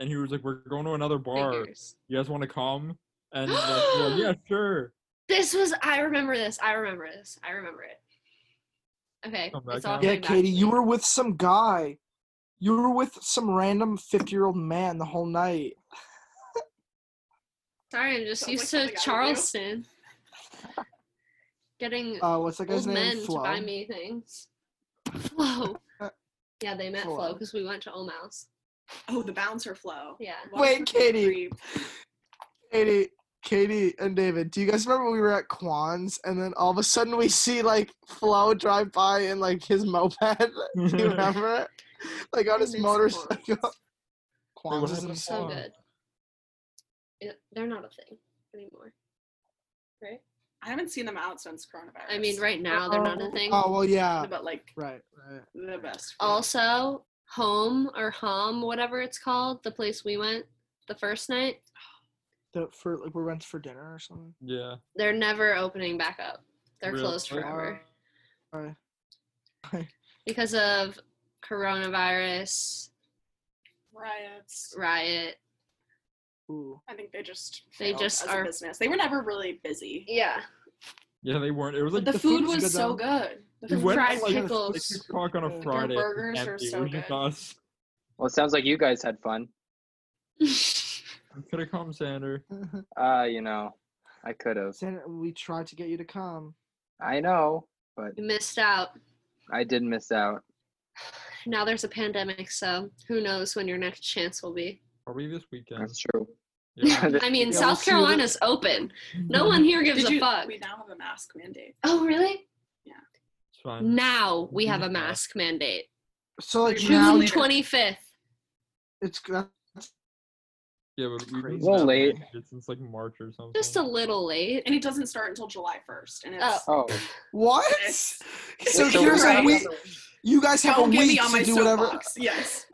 [SPEAKER 4] and he was like, "We're going to another bar.
[SPEAKER 1] Figures.
[SPEAKER 4] You guys want to come?" And like, we were like, yeah, sure.
[SPEAKER 1] This was I remember this. I remember this. I remember it. Okay.
[SPEAKER 4] Come
[SPEAKER 1] It's
[SPEAKER 4] back
[SPEAKER 1] all
[SPEAKER 4] now.
[SPEAKER 11] Yeah,
[SPEAKER 1] coming back to
[SPEAKER 11] Katie, you
[SPEAKER 1] me.
[SPEAKER 11] were with some guy. You were with some random 50 year old man the whole night.
[SPEAKER 1] sorry, I'm just
[SPEAKER 10] Sounds
[SPEAKER 1] used
[SPEAKER 10] like
[SPEAKER 1] to
[SPEAKER 10] something I would do.
[SPEAKER 1] Charleston. Getting
[SPEAKER 11] Uh, what's that guy's
[SPEAKER 1] old men
[SPEAKER 11] name?
[SPEAKER 1] to
[SPEAKER 11] Flo.
[SPEAKER 1] buy me things. Whoa.
[SPEAKER 11] Uh,
[SPEAKER 1] Yeah, they met Flo
[SPEAKER 11] Flo.
[SPEAKER 1] because we went to Omaus.
[SPEAKER 10] Oh, the bouncer flow.
[SPEAKER 1] Yeah.
[SPEAKER 10] What
[SPEAKER 11] Wait,
[SPEAKER 10] a
[SPEAKER 11] Katie.
[SPEAKER 10] creep.
[SPEAKER 11] Katie, Katie, and David, do you guys remember we were at Kwan's and then all of a sudden we see like Flo drive by in like his moped? do you remember it? Like on his
[SPEAKER 1] Miss
[SPEAKER 11] motorcycle. Kwan's is
[SPEAKER 4] happened
[SPEAKER 11] in
[SPEAKER 4] to
[SPEAKER 1] So
[SPEAKER 4] Wow.
[SPEAKER 1] good. It- they're not a thing anymore. Right?
[SPEAKER 10] I haven't seen them out since coronavirus.
[SPEAKER 1] I mean, right now they're not a thing.
[SPEAKER 11] Oh, well, yeah.
[SPEAKER 10] But like
[SPEAKER 11] Right, right.
[SPEAKER 10] the best. food.
[SPEAKER 1] Also, home or home, whatever it's called, the place we went the first night,
[SPEAKER 11] The, for like we went for dinner or something.
[SPEAKER 4] Yeah.
[SPEAKER 1] they're never opening back up. They're
[SPEAKER 4] Really?
[SPEAKER 1] closed forever
[SPEAKER 11] Alright.
[SPEAKER 1] because of coronavirus,
[SPEAKER 10] riots.
[SPEAKER 1] riot.
[SPEAKER 11] Ooh.
[SPEAKER 10] I think they just
[SPEAKER 1] They
[SPEAKER 10] failed
[SPEAKER 1] just
[SPEAKER 10] as
[SPEAKER 1] are-
[SPEAKER 10] a business. They were never really busy.
[SPEAKER 1] Yeah.
[SPEAKER 4] Yeah, they weren't. It was like
[SPEAKER 10] But the, food, was,
[SPEAKER 11] good,
[SPEAKER 10] so
[SPEAKER 11] though.
[SPEAKER 10] good. The
[SPEAKER 4] We
[SPEAKER 10] food
[SPEAKER 4] went
[SPEAKER 10] was
[SPEAKER 1] fried
[SPEAKER 4] like,
[SPEAKER 11] a-
[SPEAKER 1] pickles.
[SPEAKER 4] It's just talk on a
[SPEAKER 11] Their
[SPEAKER 4] Friday. it was
[SPEAKER 10] burgers are
[SPEAKER 4] empty.
[SPEAKER 10] so
[SPEAKER 4] It was just
[SPEAKER 10] good.
[SPEAKER 4] us.
[SPEAKER 2] Well, it sounds like you guys had fun.
[SPEAKER 4] Could have come, Sander.
[SPEAKER 2] Uh, you know, I could have.
[SPEAKER 11] Santa, we tried to get you to come.
[SPEAKER 2] I know, but
[SPEAKER 1] you missed out.
[SPEAKER 2] I did miss out.
[SPEAKER 1] Now there's a pandemic, so who knows when your next chance will be.
[SPEAKER 4] Probably this weekend.
[SPEAKER 2] That's true.
[SPEAKER 4] Yeah.
[SPEAKER 1] I mean,
[SPEAKER 11] Yeah, we'll
[SPEAKER 1] South
[SPEAKER 11] see what- Mm-hmm.
[SPEAKER 1] Carolina's open. No one here gives
[SPEAKER 10] Did
[SPEAKER 1] a
[SPEAKER 10] you-
[SPEAKER 1] fuck.
[SPEAKER 10] We now have a mask mandate.
[SPEAKER 1] Oh, really?
[SPEAKER 4] It's
[SPEAKER 11] Uh,
[SPEAKER 4] fine.
[SPEAKER 1] Now we have a
[SPEAKER 11] Mm-hmm.
[SPEAKER 4] Yeah.
[SPEAKER 1] mask mandate.
[SPEAKER 11] So like
[SPEAKER 10] Three months
[SPEAKER 11] now
[SPEAKER 1] June
[SPEAKER 10] later.
[SPEAKER 1] 25th.
[SPEAKER 11] it's that's
[SPEAKER 4] Yeah, but we've been
[SPEAKER 11] crazy.
[SPEAKER 2] A little
[SPEAKER 4] having
[SPEAKER 2] late.
[SPEAKER 4] it since like March or something.
[SPEAKER 1] Just a little late.
[SPEAKER 10] and it doesn't start until July 1st. And it's
[SPEAKER 2] Oh,
[SPEAKER 11] What?
[SPEAKER 10] Yes.
[SPEAKER 11] So
[SPEAKER 10] It's
[SPEAKER 11] here's a
[SPEAKER 10] right.
[SPEAKER 11] week. You guys have
[SPEAKER 10] don't
[SPEAKER 11] a
[SPEAKER 10] get
[SPEAKER 11] week
[SPEAKER 10] me on my
[SPEAKER 11] to do whatever.
[SPEAKER 10] soapbox. Yes.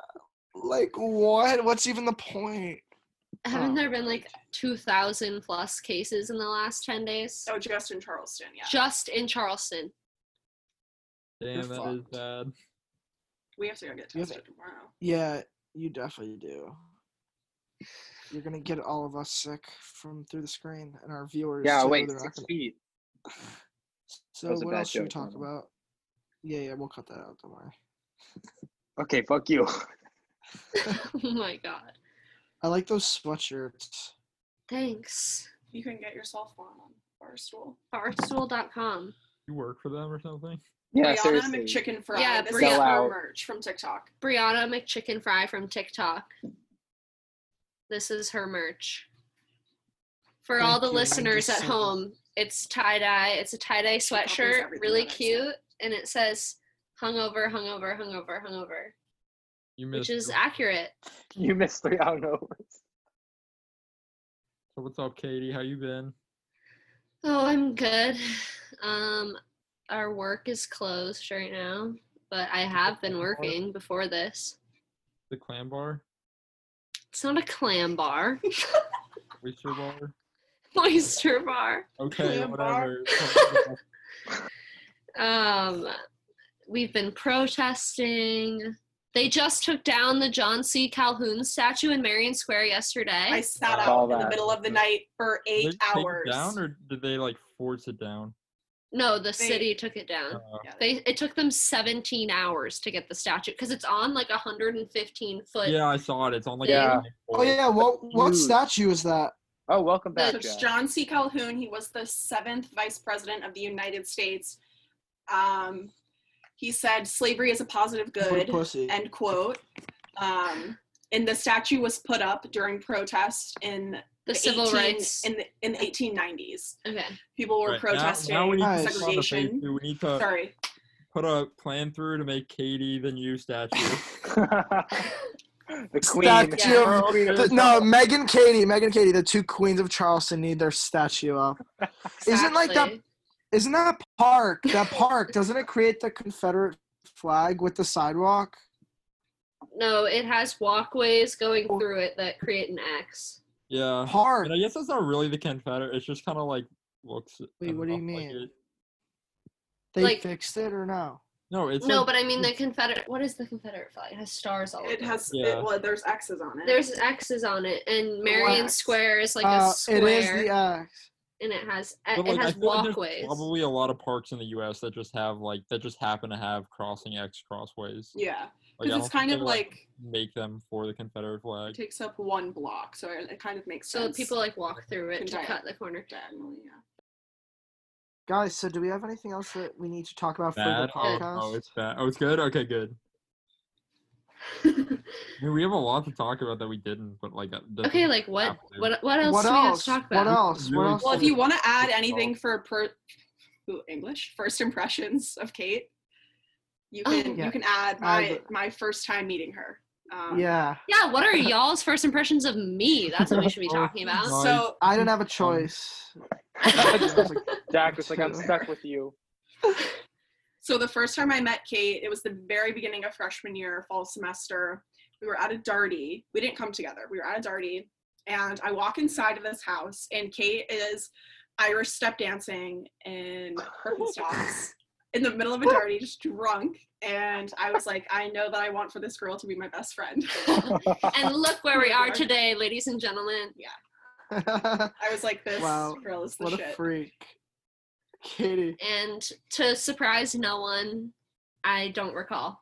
[SPEAKER 11] Like what? What's even the point? Oh.
[SPEAKER 1] Haven't there been like 2,000 plus cases in the last 10 days?
[SPEAKER 10] So just in Charleston, yeah.
[SPEAKER 1] Just in Charleston.
[SPEAKER 4] Damn, that is bad.
[SPEAKER 10] We have to go get
[SPEAKER 11] You have
[SPEAKER 10] tested tomorrow.
[SPEAKER 11] Yeah, you definitely do. You're gonna get all of us sick from through the screen and our viewers.
[SPEAKER 2] yeah.
[SPEAKER 11] too,
[SPEAKER 2] Wait,
[SPEAKER 11] they're not
[SPEAKER 2] six
[SPEAKER 11] gonna-
[SPEAKER 2] feet.
[SPEAKER 11] So
[SPEAKER 2] was a
[SPEAKER 11] what
[SPEAKER 2] bad
[SPEAKER 11] else should we
[SPEAKER 2] joke,
[SPEAKER 11] talk
[SPEAKER 2] Norman.
[SPEAKER 11] about? Yeah, yeah, we'll cut that out. Don't worry.
[SPEAKER 2] Okay, fuck you.
[SPEAKER 1] oh my god.
[SPEAKER 11] I like those sweatshirts.
[SPEAKER 1] Thanks.
[SPEAKER 10] You can get yourself one on Barstool.
[SPEAKER 1] Barstool.com.
[SPEAKER 4] You work for them or something?
[SPEAKER 2] Yeah,
[SPEAKER 10] Brianna
[SPEAKER 2] seriously.
[SPEAKER 10] McChicken Fry.
[SPEAKER 1] Yeah,
[SPEAKER 10] this
[SPEAKER 1] Bri-
[SPEAKER 10] is
[SPEAKER 2] Sell
[SPEAKER 10] her
[SPEAKER 2] out.
[SPEAKER 10] merch from TikTok.
[SPEAKER 1] Brianna McChicken Fry from TikTok. This is her merch. For all
[SPEAKER 11] Thank
[SPEAKER 1] the
[SPEAKER 11] you, I
[SPEAKER 1] listeners
[SPEAKER 11] just
[SPEAKER 1] at
[SPEAKER 11] saw that.
[SPEAKER 1] home, it's tie dye. It's a tie dye
[SPEAKER 10] copies
[SPEAKER 1] sweatshirt,
[SPEAKER 10] everything
[SPEAKER 1] really
[SPEAKER 10] that I said.
[SPEAKER 1] cute, and it says "hungover, hungover, hungover, hungover,"
[SPEAKER 4] You missed.
[SPEAKER 1] which is
[SPEAKER 4] it.
[SPEAKER 1] accurate.
[SPEAKER 2] You missed three hours.
[SPEAKER 4] So what's up, Katie? How you been?
[SPEAKER 1] Oh, I'm good. Um, our work is closed right now, but I have been working before this.
[SPEAKER 4] The clam bar,
[SPEAKER 1] It's not a clam bar,
[SPEAKER 4] oyster bar.
[SPEAKER 1] oyster bar.
[SPEAKER 4] Okay,
[SPEAKER 10] Clam bar.
[SPEAKER 4] whatever.
[SPEAKER 1] Um, we've been protesting. They just took down the John C. Calhoun statue in Marion Square
[SPEAKER 10] I
[SPEAKER 1] yesterday.
[SPEAKER 10] sat
[SPEAKER 2] Saw
[SPEAKER 10] out in the
[SPEAKER 2] that.
[SPEAKER 10] middle of the night for
[SPEAKER 4] Did they
[SPEAKER 10] eight
[SPEAKER 4] take it
[SPEAKER 10] hours.
[SPEAKER 4] down or did they like force it down?
[SPEAKER 1] No, the city took it down.
[SPEAKER 4] Uh,
[SPEAKER 10] Yeah,
[SPEAKER 1] They it took them 17 hours to get the statue because it's on like 115 foot.
[SPEAKER 4] yeah, I saw it. It's on like
[SPEAKER 2] Yeah.
[SPEAKER 4] a big
[SPEAKER 11] Oh
[SPEAKER 4] pole.
[SPEAKER 11] yeah, what what
[SPEAKER 2] Dude.
[SPEAKER 11] statue is that?
[SPEAKER 2] Oh, welcome
[SPEAKER 10] So
[SPEAKER 2] back,
[SPEAKER 10] it's
[SPEAKER 2] Jack.
[SPEAKER 10] John C. Calhoun. He was the seventh vice president of the United States. Um, he said slavery is a positive
[SPEAKER 11] What a
[SPEAKER 10] good.
[SPEAKER 11] pussy.
[SPEAKER 10] end quote. Um, and the statue was put up during protest in the,
[SPEAKER 1] The, civil
[SPEAKER 10] 18
[SPEAKER 1] rights.
[SPEAKER 10] in the in the 1890s.
[SPEAKER 1] okay.
[SPEAKER 10] People were
[SPEAKER 4] Right, now-
[SPEAKER 10] protesting
[SPEAKER 4] Now, we need
[SPEAKER 11] Nice.
[SPEAKER 4] to put on the phase
[SPEAKER 10] segregation.
[SPEAKER 4] two. We need to
[SPEAKER 10] Sorry,
[SPEAKER 4] put a plan through to make Katie the new statue.
[SPEAKER 2] the queen.
[SPEAKER 11] Statue of- the- no, Megan Katie, Megan Katie, the two queens of Charleston need their statue up. Isn't like that
[SPEAKER 1] exactly.
[SPEAKER 11] Isn't that park? That park doesn't it create the Confederate flag with the sidewalk?
[SPEAKER 1] No, it has walkways going through it that create an X.
[SPEAKER 4] yeah.
[SPEAKER 11] Park.
[SPEAKER 4] And I guess that's not really the Confederate. It's just kind of like looks.
[SPEAKER 11] Wait, what do you
[SPEAKER 4] enough like
[SPEAKER 11] mean?
[SPEAKER 4] it.
[SPEAKER 11] They
[SPEAKER 1] like-
[SPEAKER 11] fixed it or no?
[SPEAKER 4] No, it's
[SPEAKER 1] No,
[SPEAKER 4] like-
[SPEAKER 1] but I mean the Confederate. What is the Confederate flag? It has stars all over
[SPEAKER 10] it has
[SPEAKER 4] Yeah.
[SPEAKER 10] it, well, there's X's on it.
[SPEAKER 1] There's X's on it, and Marion
[SPEAKER 11] Relax.
[SPEAKER 1] Square is like
[SPEAKER 11] Uh,
[SPEAKER 1] a square,
[SPEAKER 11] it is the uh, X.
[SPEAKER 1] and it has
[SPEAKER 4] but,
[SPEAKER 1] it
[SPEAKER 4] like, I
[SPEAKER 1] has
[SPEAKER 4] feel like there's
[SPEAKER 1] walkways.
[SPEAKER 4] probably a lot of parks in the U.S. that just have like that just happen to have crossing X crossways.
[SPEAKER 10] yeah,
[SPEAKER 4] Like, I
[SPEAKER 10] because
[SPEAKER 4] don't
[SPEAKER 10] it's
[SPEAKER 4] think
[SPEAKER 10] kind
[SPEAKER 4] they,
[SPEAKER 10] of like
[SPEAKER 4] make them for the Confederate flag.
[SPEAKER 10] takes up one block, so it, it kind of makes
[SPEAKER 1] so
[SPEAKER 10] sense.
[SPEAKER 1] people like walk through it to
[SPEAKER 10] Contact.
[SPEAKER 1] cut the corner.
[SPEAKER 10] diagonally, yeah.
[SPEAKER 11] Guys, so do we have anything else that we need to talk about for the
[SPEAKER 4] Bad. Oh,
[SPEAKER 11] podcast?
[SPEAKER 4] oh, it's bad. Oh, it's good. Okay, good. I mean, we have a lot to talk about that we didn't, but like. uh, that- that
[SPEAKER 1] okay,
[SPEAKER 4] doesn't
[SPEAKER 1] like what
[SPEAKER 4] have to.
[SPEAKER 1] what what else
[SPEAKER 11] what
[SPEAKER 1] do we have to
[SPEAKER 11] else?
[SPEAKER 1] talk
[SPEAKER 11] What
[SPEAKER 1] about?
[SPEAKER 11] else? What
[SPEAKER 4] Really
[SPEAKER 11] else?
[SPEAKER 10] Well, if
[SPEAKER 4] Oh,
[SPEAKER 10] you want to add
[SPEAKER 4] it's
[SPEAKER 10] anything
[SPEAKER 4] all-
[SPEAKER 10] for per ooh, English first impressions of Kate, you
[SPEAKER 1] Oh.
[SPEAKER 10] can
[SPEAKER 11] Yeah.
[SPEAKER 10] you can add my
[SPEAKER 11] Add-
[SPEAKER 10] my first time meeting her. Um,
[SPEAKER 11] Yeah,
[SPEAKER 1] Yeah, what are y'all's first impressions of me? That's what we should be
[SPEAKER 4] Oh
[SPEAKER 1] talking about.
[SPEAKER 10] So
[SPEAKER 11] I didn't have a choice.
[SPEAKER 2] Jack was like, I'm stuck with you.
[SPEAKER 10] So the first time I met Kate, it was the very beginning of freshman year, fall semester. We were at a Darty. We didn't come together. We were at a Darty. And I walk inside of this house, and Kate is Irish step dancing in Birkenstocks in the middle of a Darty, just drunk. And I was like, I know that I want for this girl to be my best friend.
[SPEAKER 1] and look where we are today, ladies and gentlemen.
[SPEAKER 11] what
[SPEAKER 10] I was like, this
[SPEAKER 11] Wow,
[SPEAKER 10] girl is the
[SPEAKER 11] a
[SPEAKER 10] shit.
[SPEAKER 11] freak, Katie.
[SPEAKER 1] And to surprise no one, I don't recall.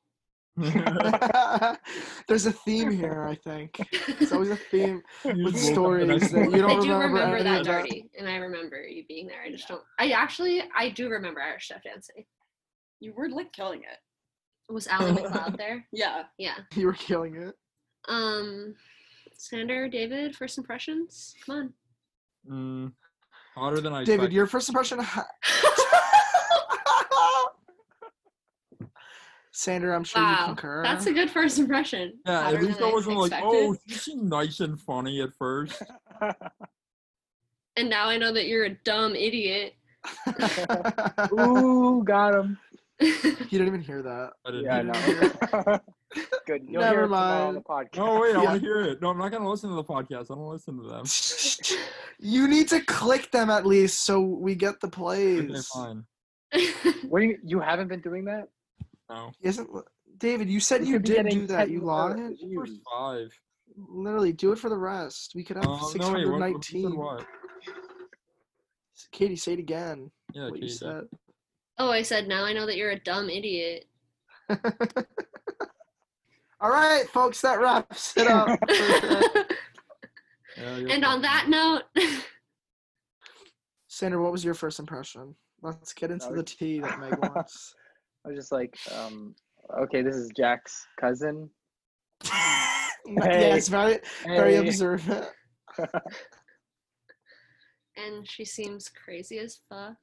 [SPEAKER 11] There's a theme here, I think. It's always a theme with
[SPEAKER 4] Usual.
[SPEAKER 11] stories that you
[SPEAKER 1] I
[SPEAKER 11] don't
[SPEAKER 1] do
[SPEAKER 11] remember.
[SPEAKER 1] remember
[SPEAKER 11] any
[SPEAKER 1] that
[SPEAKER 11] of that.
[SPEAKER 1] dirty, and I remember you being there. I just don't. I actually, I do remember Irish Chef dancing.
[SPEAKER 10] You were like killing it.
[SPEAKER 1] Was Alan McLeod there?
[SPEAKER 10] Yeah.
[SPEAKER 1] Yeah.
[SPEAKER 11] You were killing it.
[SPEAKER 1] Um, Sander, David, first impressions. Come on.
[SPEAKER 4] Mm, hotter than I.
[SPEAKER 11] David,
[SPEAKER 4] expected.
[SPEAKER 11] your first impression. ha- Sandra, I'm sure you
[SPEAKER 1] Wow,
[SPEAKER 11] concur.
[SPEAKER 1] that's a good first impression.
[SPEAKER 4] Um, Yeah,
[SPEAKER 1] Better
[SPEAKER 4] at least
[SPEAKER 1] than
[SPEAKER 4] I
[SPEAKER 1] I
[SPEAKER 4] wasn't like,
[SPEAKER 1] expected.
[SPEAKER 4] oh, she seemed nice and funny at first.
[SPEAKER 1] And now I know that you're a dumb idiot.
[SPEAKER 2] Ooh, got him.
[SPEAKER 11] you didn't even hear that.
[SPEAKER 4] I didn't
[SPEAKER 2] Yeah, I
[SPEAKER 4] hear it.
[SPEAKER 2] know. Good. You'll
[SPEAKER 11] Never
[SPEAKER 2] hear it tomorrow on the
[SPEAKER 11] mind.
[SPEAKER 2] podcast.
[SPEAKER 4] No, wait, I
[SPEAKER 11] Yeah.
[SPEAKER 4] want to hear it. No, I'm not gonna listen to the podcast. I don't listen to them.
[SPEAKER 11] you need to click them at least so we get the
[SPEAKER 4] Okay,
[SPEAKER 11] plays.
[SPEAKER 4] fine.
[SPEAKER 2] What do you, you haven't been doing that?
[SPEAKER 4] No.
[SPEAKER 11] Isn't David? You said
[SPEAKER 2] We
[SPEAKER 11] you
[SPEAKER 2] could be
[SPEAKER 11] did
[SPEAKER 2] getting
[SPEAKER 11] do that.
[SPEAKER 2] 10
[SPEAKER 11] You logged
[SPEAKER 2] more
[SPEAKER 11] it.
[SPEAKER 2] views.
[SPEAKER 4] Five.
[SPEAKER 11] Literally, do it for the rest. We could have
[SPEAKER 4] Oh, no, wait, what, what, you
[SPEAKER 11] 619.
[SPEAKER 4] said what?
[SPEAKER 11] Katie, say it again.
[SPEAKER 4] Yeah,
[SPEAKER 11] what you
[SPEAKER 4] Katie.
[SPEAKER 11] said.
[SPEAKER 1] Oh, I said now I know that you're a dumb idiot.
[SPEAKER 11] All right, folks, that wraps it up. for today.
[SPEAKER 4] Yeah, you're
[SPEAKER 1] and on
[SPEAKER 4] fine.
[SPEAKER 1] that note,
[SPEAKER 11] Sandra, what was your first impression? Let's get into
[SPEAKER 2] That
[SPEAKER 11] the tea that Meg wants.
[SPEAKER 2] I was just like, um, okay, this is Jack's cousin.
[SPEAKER 11] Yes, very, very
[SPEAKER 2] Hey.
[SPEAKER 11] observant.
[SPEAKER 1] and she seems crazy as fuck.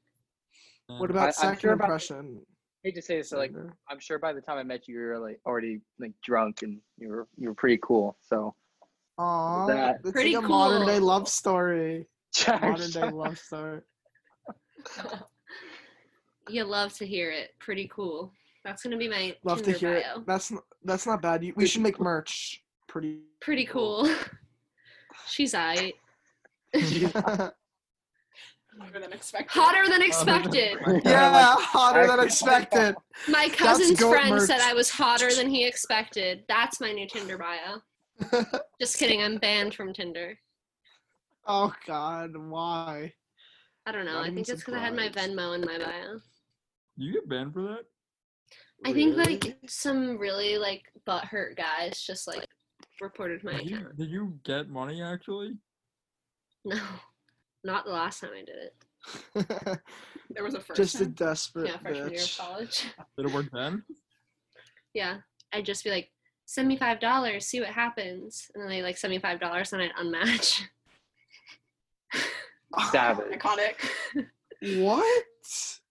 [SPEAKER 4] Yeah.
[SPEAKER 11] What
[SPEAKER 2] Mm.
[SPEAKER 11] about
[SPEAKER 2] I'm sure
[SPEAKER 11] second
[SPEAKER 2] about-
[SPEAKER 11] impression?
[SPEAKER 2] hate to say this, so like
[SPEAKER 11] Sandra?
[SPEAKER 2] I'm sure by the time I met you, you were like already like drunk and you were you were pretty cool. So
[SPEAKER 11] Aw,
[SPEAKER 2] that.
[SPEAKER 11] that's
[SPEAKER 1] Pretty
[SPEAKER 11] like a modern day
[SPEAKER 1] cool.
[SPEAKER 11] love story.
[SPEAKER 2] Jack,
[SPEAKER 11] Modern day
[SPEAKER 2] shut-
[SPEAKER 11] love story.
[SPEAKER 1] You love to hear it. Pretty cool. That's gonna be my
[SPEAKER 11] Love to
[SPEAKER 1] Tinder
[SPEAKER 11] hear it.
[SPEAKER 1] bio.
[SPEAKER 11] That's n- that's not bad. You, we should make merch. Pretty.
[SPEAKER 1] Pretty cool. She's I
[SPEAKER 11] yeah,
[SPEAKER 10] Better than expected.
[SPEAKER 1] hotter than expected.
[SPEAKER 11] hotter than expected.
[SPEAKER 1] My cousin's
[SPEAKER 11] goat
[SPEAKER 1] friend
[SPEAKER 11] merch.
[SPEAKER 1] said I was hotter than he expected. That's my new Tinder bio. Just kidding, I'm banned from Tinder.
[SPEAKER 11] oh God, why?
[SPEAKER 1] I don't know. I
[SPEAKER 11] Not even
[SPEAKER 1] think it's because I had my
[SPEAKER 11] surprised.
[SPEAKER 1] Venmo in my bio.
[SPEAKER 4] You get banned for that?
[SPEAKER 1] I think like
[SPEAKER 11] Really?
[SPEAKER 1] some really like butthurt guys just like reported my
[SPEAKER 4] Did you,
[SPEAKER 1] account.
[SPEAKER 4] did you get money actually?
[SPEAKER 1] No, not the last time I did it.
[SPEAKER 10] There was a first.
[SPEAKER 11] Just a
[SPEAKER 10] time.
[SPEAKER 11] desperate
[SPEAKER 1] Yeah, freshman year of
[SPEAKER 11] bitch.
[SPEAKER 1] college.
[SPEAKER 4] Did it work then?
[SPEAKER 1] Yeah, I'd just be like, send me five dollars, see what happens, and then they like send me five dollars, and I'd unmatch.
[SPEAKER 2] savage.
[SPEAKER 10] Iconic.
[SPEAKER 11] What?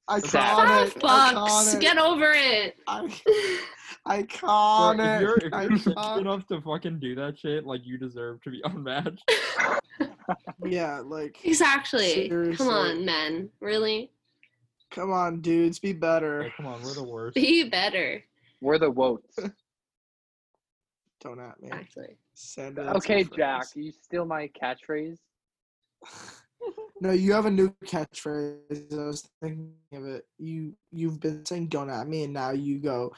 [SPEAKER 1] Five
[SPEAKER 11] Iconic.
[SPEAKER 1] bucks.
[SPEAKER 11] Iconic.
[SPEAKER 1] Get over it.
[SPEAKER 11] I-
[SPEAKER 4] Bro,
[SPEAKER 11] iconic.
[SPEAKER 4] if you're, if you're sick
[SPEAKER 11] iconic.
[SPEAKER 4] enough to fucking do that shit, like you deserve to be unmatched.
[SPEAKER 11] Yeah, like,
[SPEAKER 1] Exactly. Come
[SPEAKER 11] Seriously.
[SPEAKER 1] on, men. Really,
[SPEAKER 11] come on, dudes, be better.
[SPEAKER 4] Like, come on, we're the worst.
[SPEAKER 1] be better.
[SPEAKER 2] We're the wotes.
[SPEAKER 11] Don't at me.
[SPEAKER 1] Actually,
[SPEAKER 11] Sandra, that's
[SPEAKER 2] okay,
[SPEAKER 11] my
[SPEAKER 2] Jack,
[SPEAKER 11] phrase.
[SPEAKER 2] you steal my catchphrase.
[SPEAKER 11] No, you have a new catchphrase. I was thinking of it. You you've been saying "Don't at me," and now you go.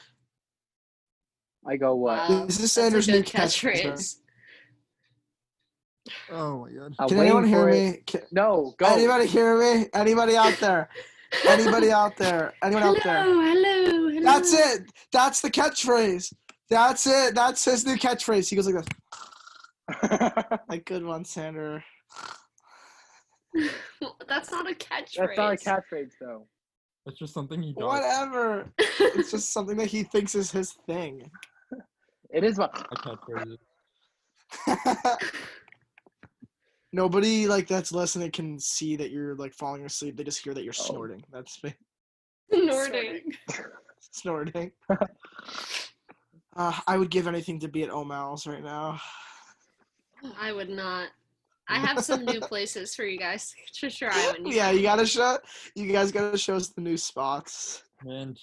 [SPEAKER 2] I go what?
[SPEAKER 1] Wow,
[SPEAKER 11] This is
[SPEAKER 1] Oh, that's a
[SPEAKER 11] Sanders' new
[SPEAKER 1] good
[SPEAKER 11] catchphrase.
[SPEAKER 1] catchphrase.
[SPEAKER 4] Oh my god.
[SPEAKER 2] I'm
[SPEAKER 11] Can
[SPEAKER 2] waiting
[SPEAKER 11] anyone hear
[SPEAKER 2] for it.
[SPEAKER 11] me? Can,
[SPEAKER 2] No, go.
[SPEAKER 11] anybody hear me? Anybody out there? Anybody out there? Anyone
[SPEAKER 1] hello,
[SPEAKER 11] out there?
[SPEAKER 1] hello, hello.
[SPEAKER 11] That's it. That's the catchphrase. That's it. That's his new catchphrase. He goes like this. Like good one, Sander.
[SPEAKER 1] That's not a catchphrase.
[SPEAKER 2] That's not a catchphrase though.
[SPEAKER 4] That's just something you don't. I
[SPEAKER 11] Whatever. It's just something that he thinks is his thing.
[SPEAKER 2] It is what
[SPEAKER 4] can't phrase it.
[SPEAKER 11] Nobody like that's listening can see that you're like falling asleep. They just hear that you're
[SPEAKER 2] Oh.
[SPEAKER 11] snorting. That's me
[SPEAKER 1] Snorting.
[SPEAKER 11] snorting. Uh, I would give anything to be at O'Malley's right now.
[SPEAKER 1] I would not. I have some new places for you guys to try when you
[SPEAKER 11] yeah, you gotta show. You guys gotta show us the new spots.
[SPEAKER 4] Man,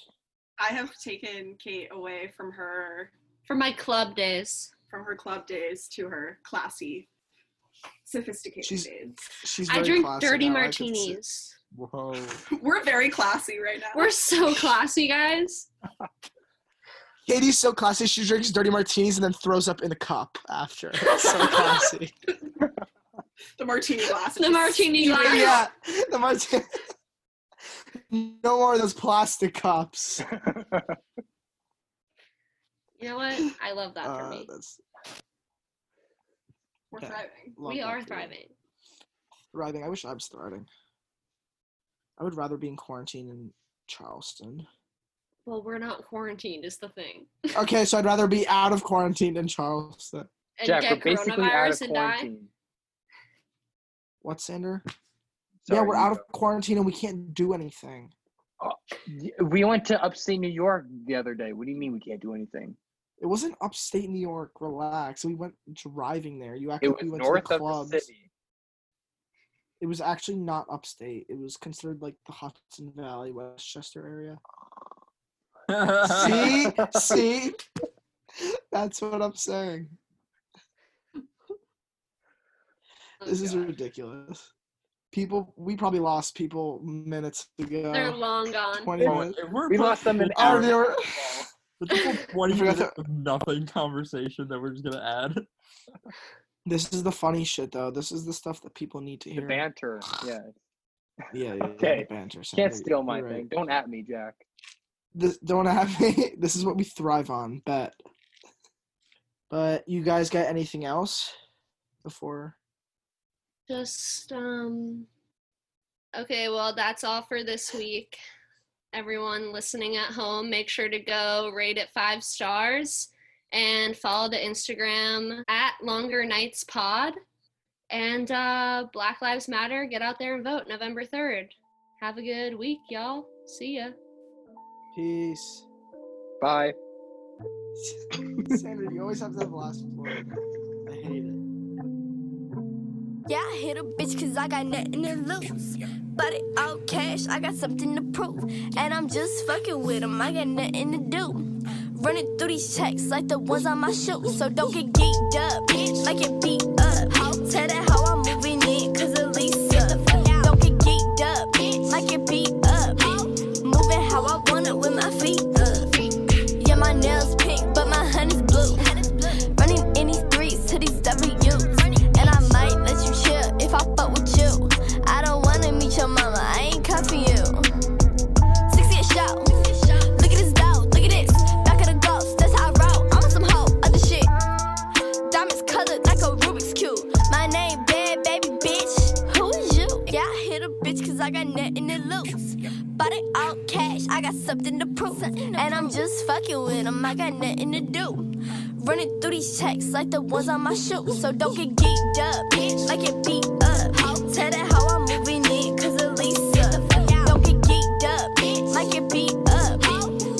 [SPEAKER 10] I have taken Kate away from her
[SPEAKER 1] for my club days.
[SPEAKER 10] from her club days to her classy, sophisticated
[SPEAKER 11] She's-
[SPEAKER 10] days.
[SPEAKER 11] She's.
[SPEAKER 1] I
[SPEAKER 11] very
[SPEAKER 1] drink
[SPEAKER 11] classy
[SPEAKER 1] dirty
[SPEAKER 11] now, I can see-
[SPEAKER 1] martinis.
[SPEAKER 4] whoa.
[SPEAKER 10] We're very classy right now.
[SPEAKER 1] We're so classy, guys.
[SPEAKER 11] Katie's so classy. She drinks dirty martinis and then throws up in the cup after. so classy.
[SPEAKER 10] the martini glass.
[SPEAKER 1] The martini glass.
[SPEAKER 11] yeah, the martini. no more of those plastic cups.
[SPEAKER 1] You know what? I love that for
[SPEAKER 11] Uh,
[SPEAKER 1] me.
[SPEAKER 11] that's-
[SPEAKER 10] We're
[SPEAKER 11] Yeah.
[SPEAKER 10] thriving.
[SPEAKER 11] love
[SPEAKER 1] We
[SPEAKER 11] that
[SPEAKER 1] are
[SPEAKER 11] for you.
[SPEAKER 1] thriving.
[SPEAKER 11] Thriving. I wish I was thriving. I would rather be in quarantine in Charleston.
[SPEAKER 1] Well, we're not quarantined, is the thing.
[SPEAKER 11] Okay, so I'd rather be out of quarantine in Charleston.
[SPEAKER 1] And
[SPEAKER 2] Jack,
[SPEAKER 1] get
[SPEAKER 2] we're basically out of
[SPEAKER 1] coronavirus and die.
[SPEAKER 2] quarantine.
[SPEAKER 11] What, Sander? yeah,
[SPEAKER 2] Sorry,
[SPEAKER 11] we're
[SPEAKER 2] you
[SPEAKER 11] out of
[SPEAKER 2] go.
[SPEAKER 11] quarantine and we can't do anything.
[SPEAKER 2] We went to upstate New York the other day. What do you mean we can't do anything?
[SPEAKER 11] It wasn't upstate New York. Relax. We went driving there. You
[SPEAKER 2] It
[SPEAKER 11] actually
[SPEAKER 2] was
[SPEAKER 11] we went
[SPEAKER 2] north
[SPEAKER 11] to the
[SPEAKER 2] of
[SPEAKER 11] clubs.
[SPEAKER 2] the city.
[SPEAKER 11] It was actually not upstate. It was considered like the Hudson Valley, Westchester area. See, see, that's what I'm saying. This is ridiculous. People, we probably lost people minutes ago.
[SPEAKER 1] They're long gone.
[SPEAKER 11] Twenty
[SPEAKER 4] Oh,
[SPEAKER 11] minutes.
[SPEAKER 4] if we're
[SPEAKER 2] We lost them in
[SPEAKER 4] perfect,
[SPEAKER 11] Oh,
[SPEAKER 2] hour.
[SPEAKER 11] they were-
[SPEAKER 4] It's a whole 20
[SPEAKER 11] I forgot
[SPEAKER 4] minutes of nothing conversation that we're just gonna add.
[SPEAKER 11] This is the funny shit, though. This is the stuff that people need to
[SPEAKER 2] The
[SPEAKER 11] hear.
[SPEAKER 2] banter. Yeah.
[SPEAKER 11] Yeah, yeah, yeah,
[SPEAKER 2] Okay.
[SPEAKER 11] the banter. sound.
[SPEAKER 2] Can't
[SPEAKER 11] You're-
[SPEAKER 2] steal my
[SPEAKER 11] you're right.
[SPEAKER 2] thing. Don't at me, Jack.
[SPEAKER 11] This, don't have me. This is what we thrive on. Bet. But you guys got anything else before?
[SPEAKER 1] Just um Okay, well that's all for this week. Everyone listening at home, make sure to go rate it five stars and follow the Instagram at Longer Nights Pod. And uh Black Lives Matter, get out there and vote November 3rd. Have a good week, y'all. See ya.
[SPEAKER 11] Peace.
[SPEAKER 2] Bye.
[SPEAKER 11] Sandra, you always have to have the last word. I hate it.
[SPEAKER 12] Yeah, I hit a bitch cause I got nothing to lose. But it all cash, I got something to prove. And I'm just fucking with 'em, I got nothing to do. Running through these checks like the ones on my shoes. So don't get geeked up, bitch, like it beat up. Tell that how I'm moving in cause of Lisa. Don't get geeked up, bitch, like it beat up. Moving how I want it with my feet up. Yeah, my nails pink, but my honey's blue. Running in these threes to these W's. And I might let you chill if I fuck with you. I don't wanna meet your mama, I ain't cuffing you. 60 a show. Look at this dough, look at this. Back of the ghost, that's how I roll. I'm on some hoe, other shit. Diamonds colored like a Rubik's Cube. My name, bad baby bitch. Who is you? Yeah, I hit a bitch cause I got nothing to lose. Bought it all cash, I got something to prove. And I'm just fucking with 'em, I got nothing to do. Running through these checks like the ones on my shoes. So don't get geeked up, bitch, like it beat up. Tell that how I'm moving it, cause of Lisa. Don't get geeked up, bitch, like it beat up.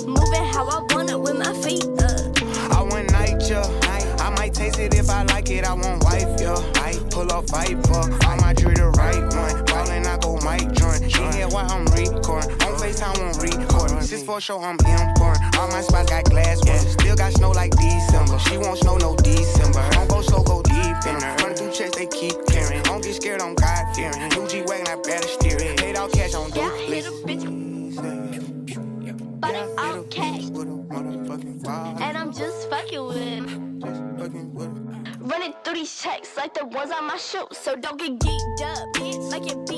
[SPEAKER 12] Moving how I want it with my feet up.
[SPEAKER 5] I want night, yeah. I might taste it if I like it. I want wife, yeah. I pull up Viper. I might drew the right one. Ballin', I go Mike joint. She here while I'm recording. On FaceTime, I'm recording. Six for show, I'm importing. All my spots got glass ones. Still got snow like December. She won't snow no December. Don't go slow, go deep in her. Run through checks, they keep caring. Don't get scared, I'm God fearing. New G Wagon, I better steer it. Paid all cash on
[SPEAKER 12] Yeah, I hit a
[SPEAKER 5] duplicates.
[SPEAKER 12] bitch, bought
[SPEAKER 5] Body
[SPEAKER 12] it all cash.
[SPEAKER 5] With a motherfucking wild.
[SPEAKER 12] And I'm just fucking with 'em.
[SPEAKER 5] Just fucking with a
[SPEAKER 12] Running through these checks like the ones on my shoes. So don't get geeked up, bitch, like it beat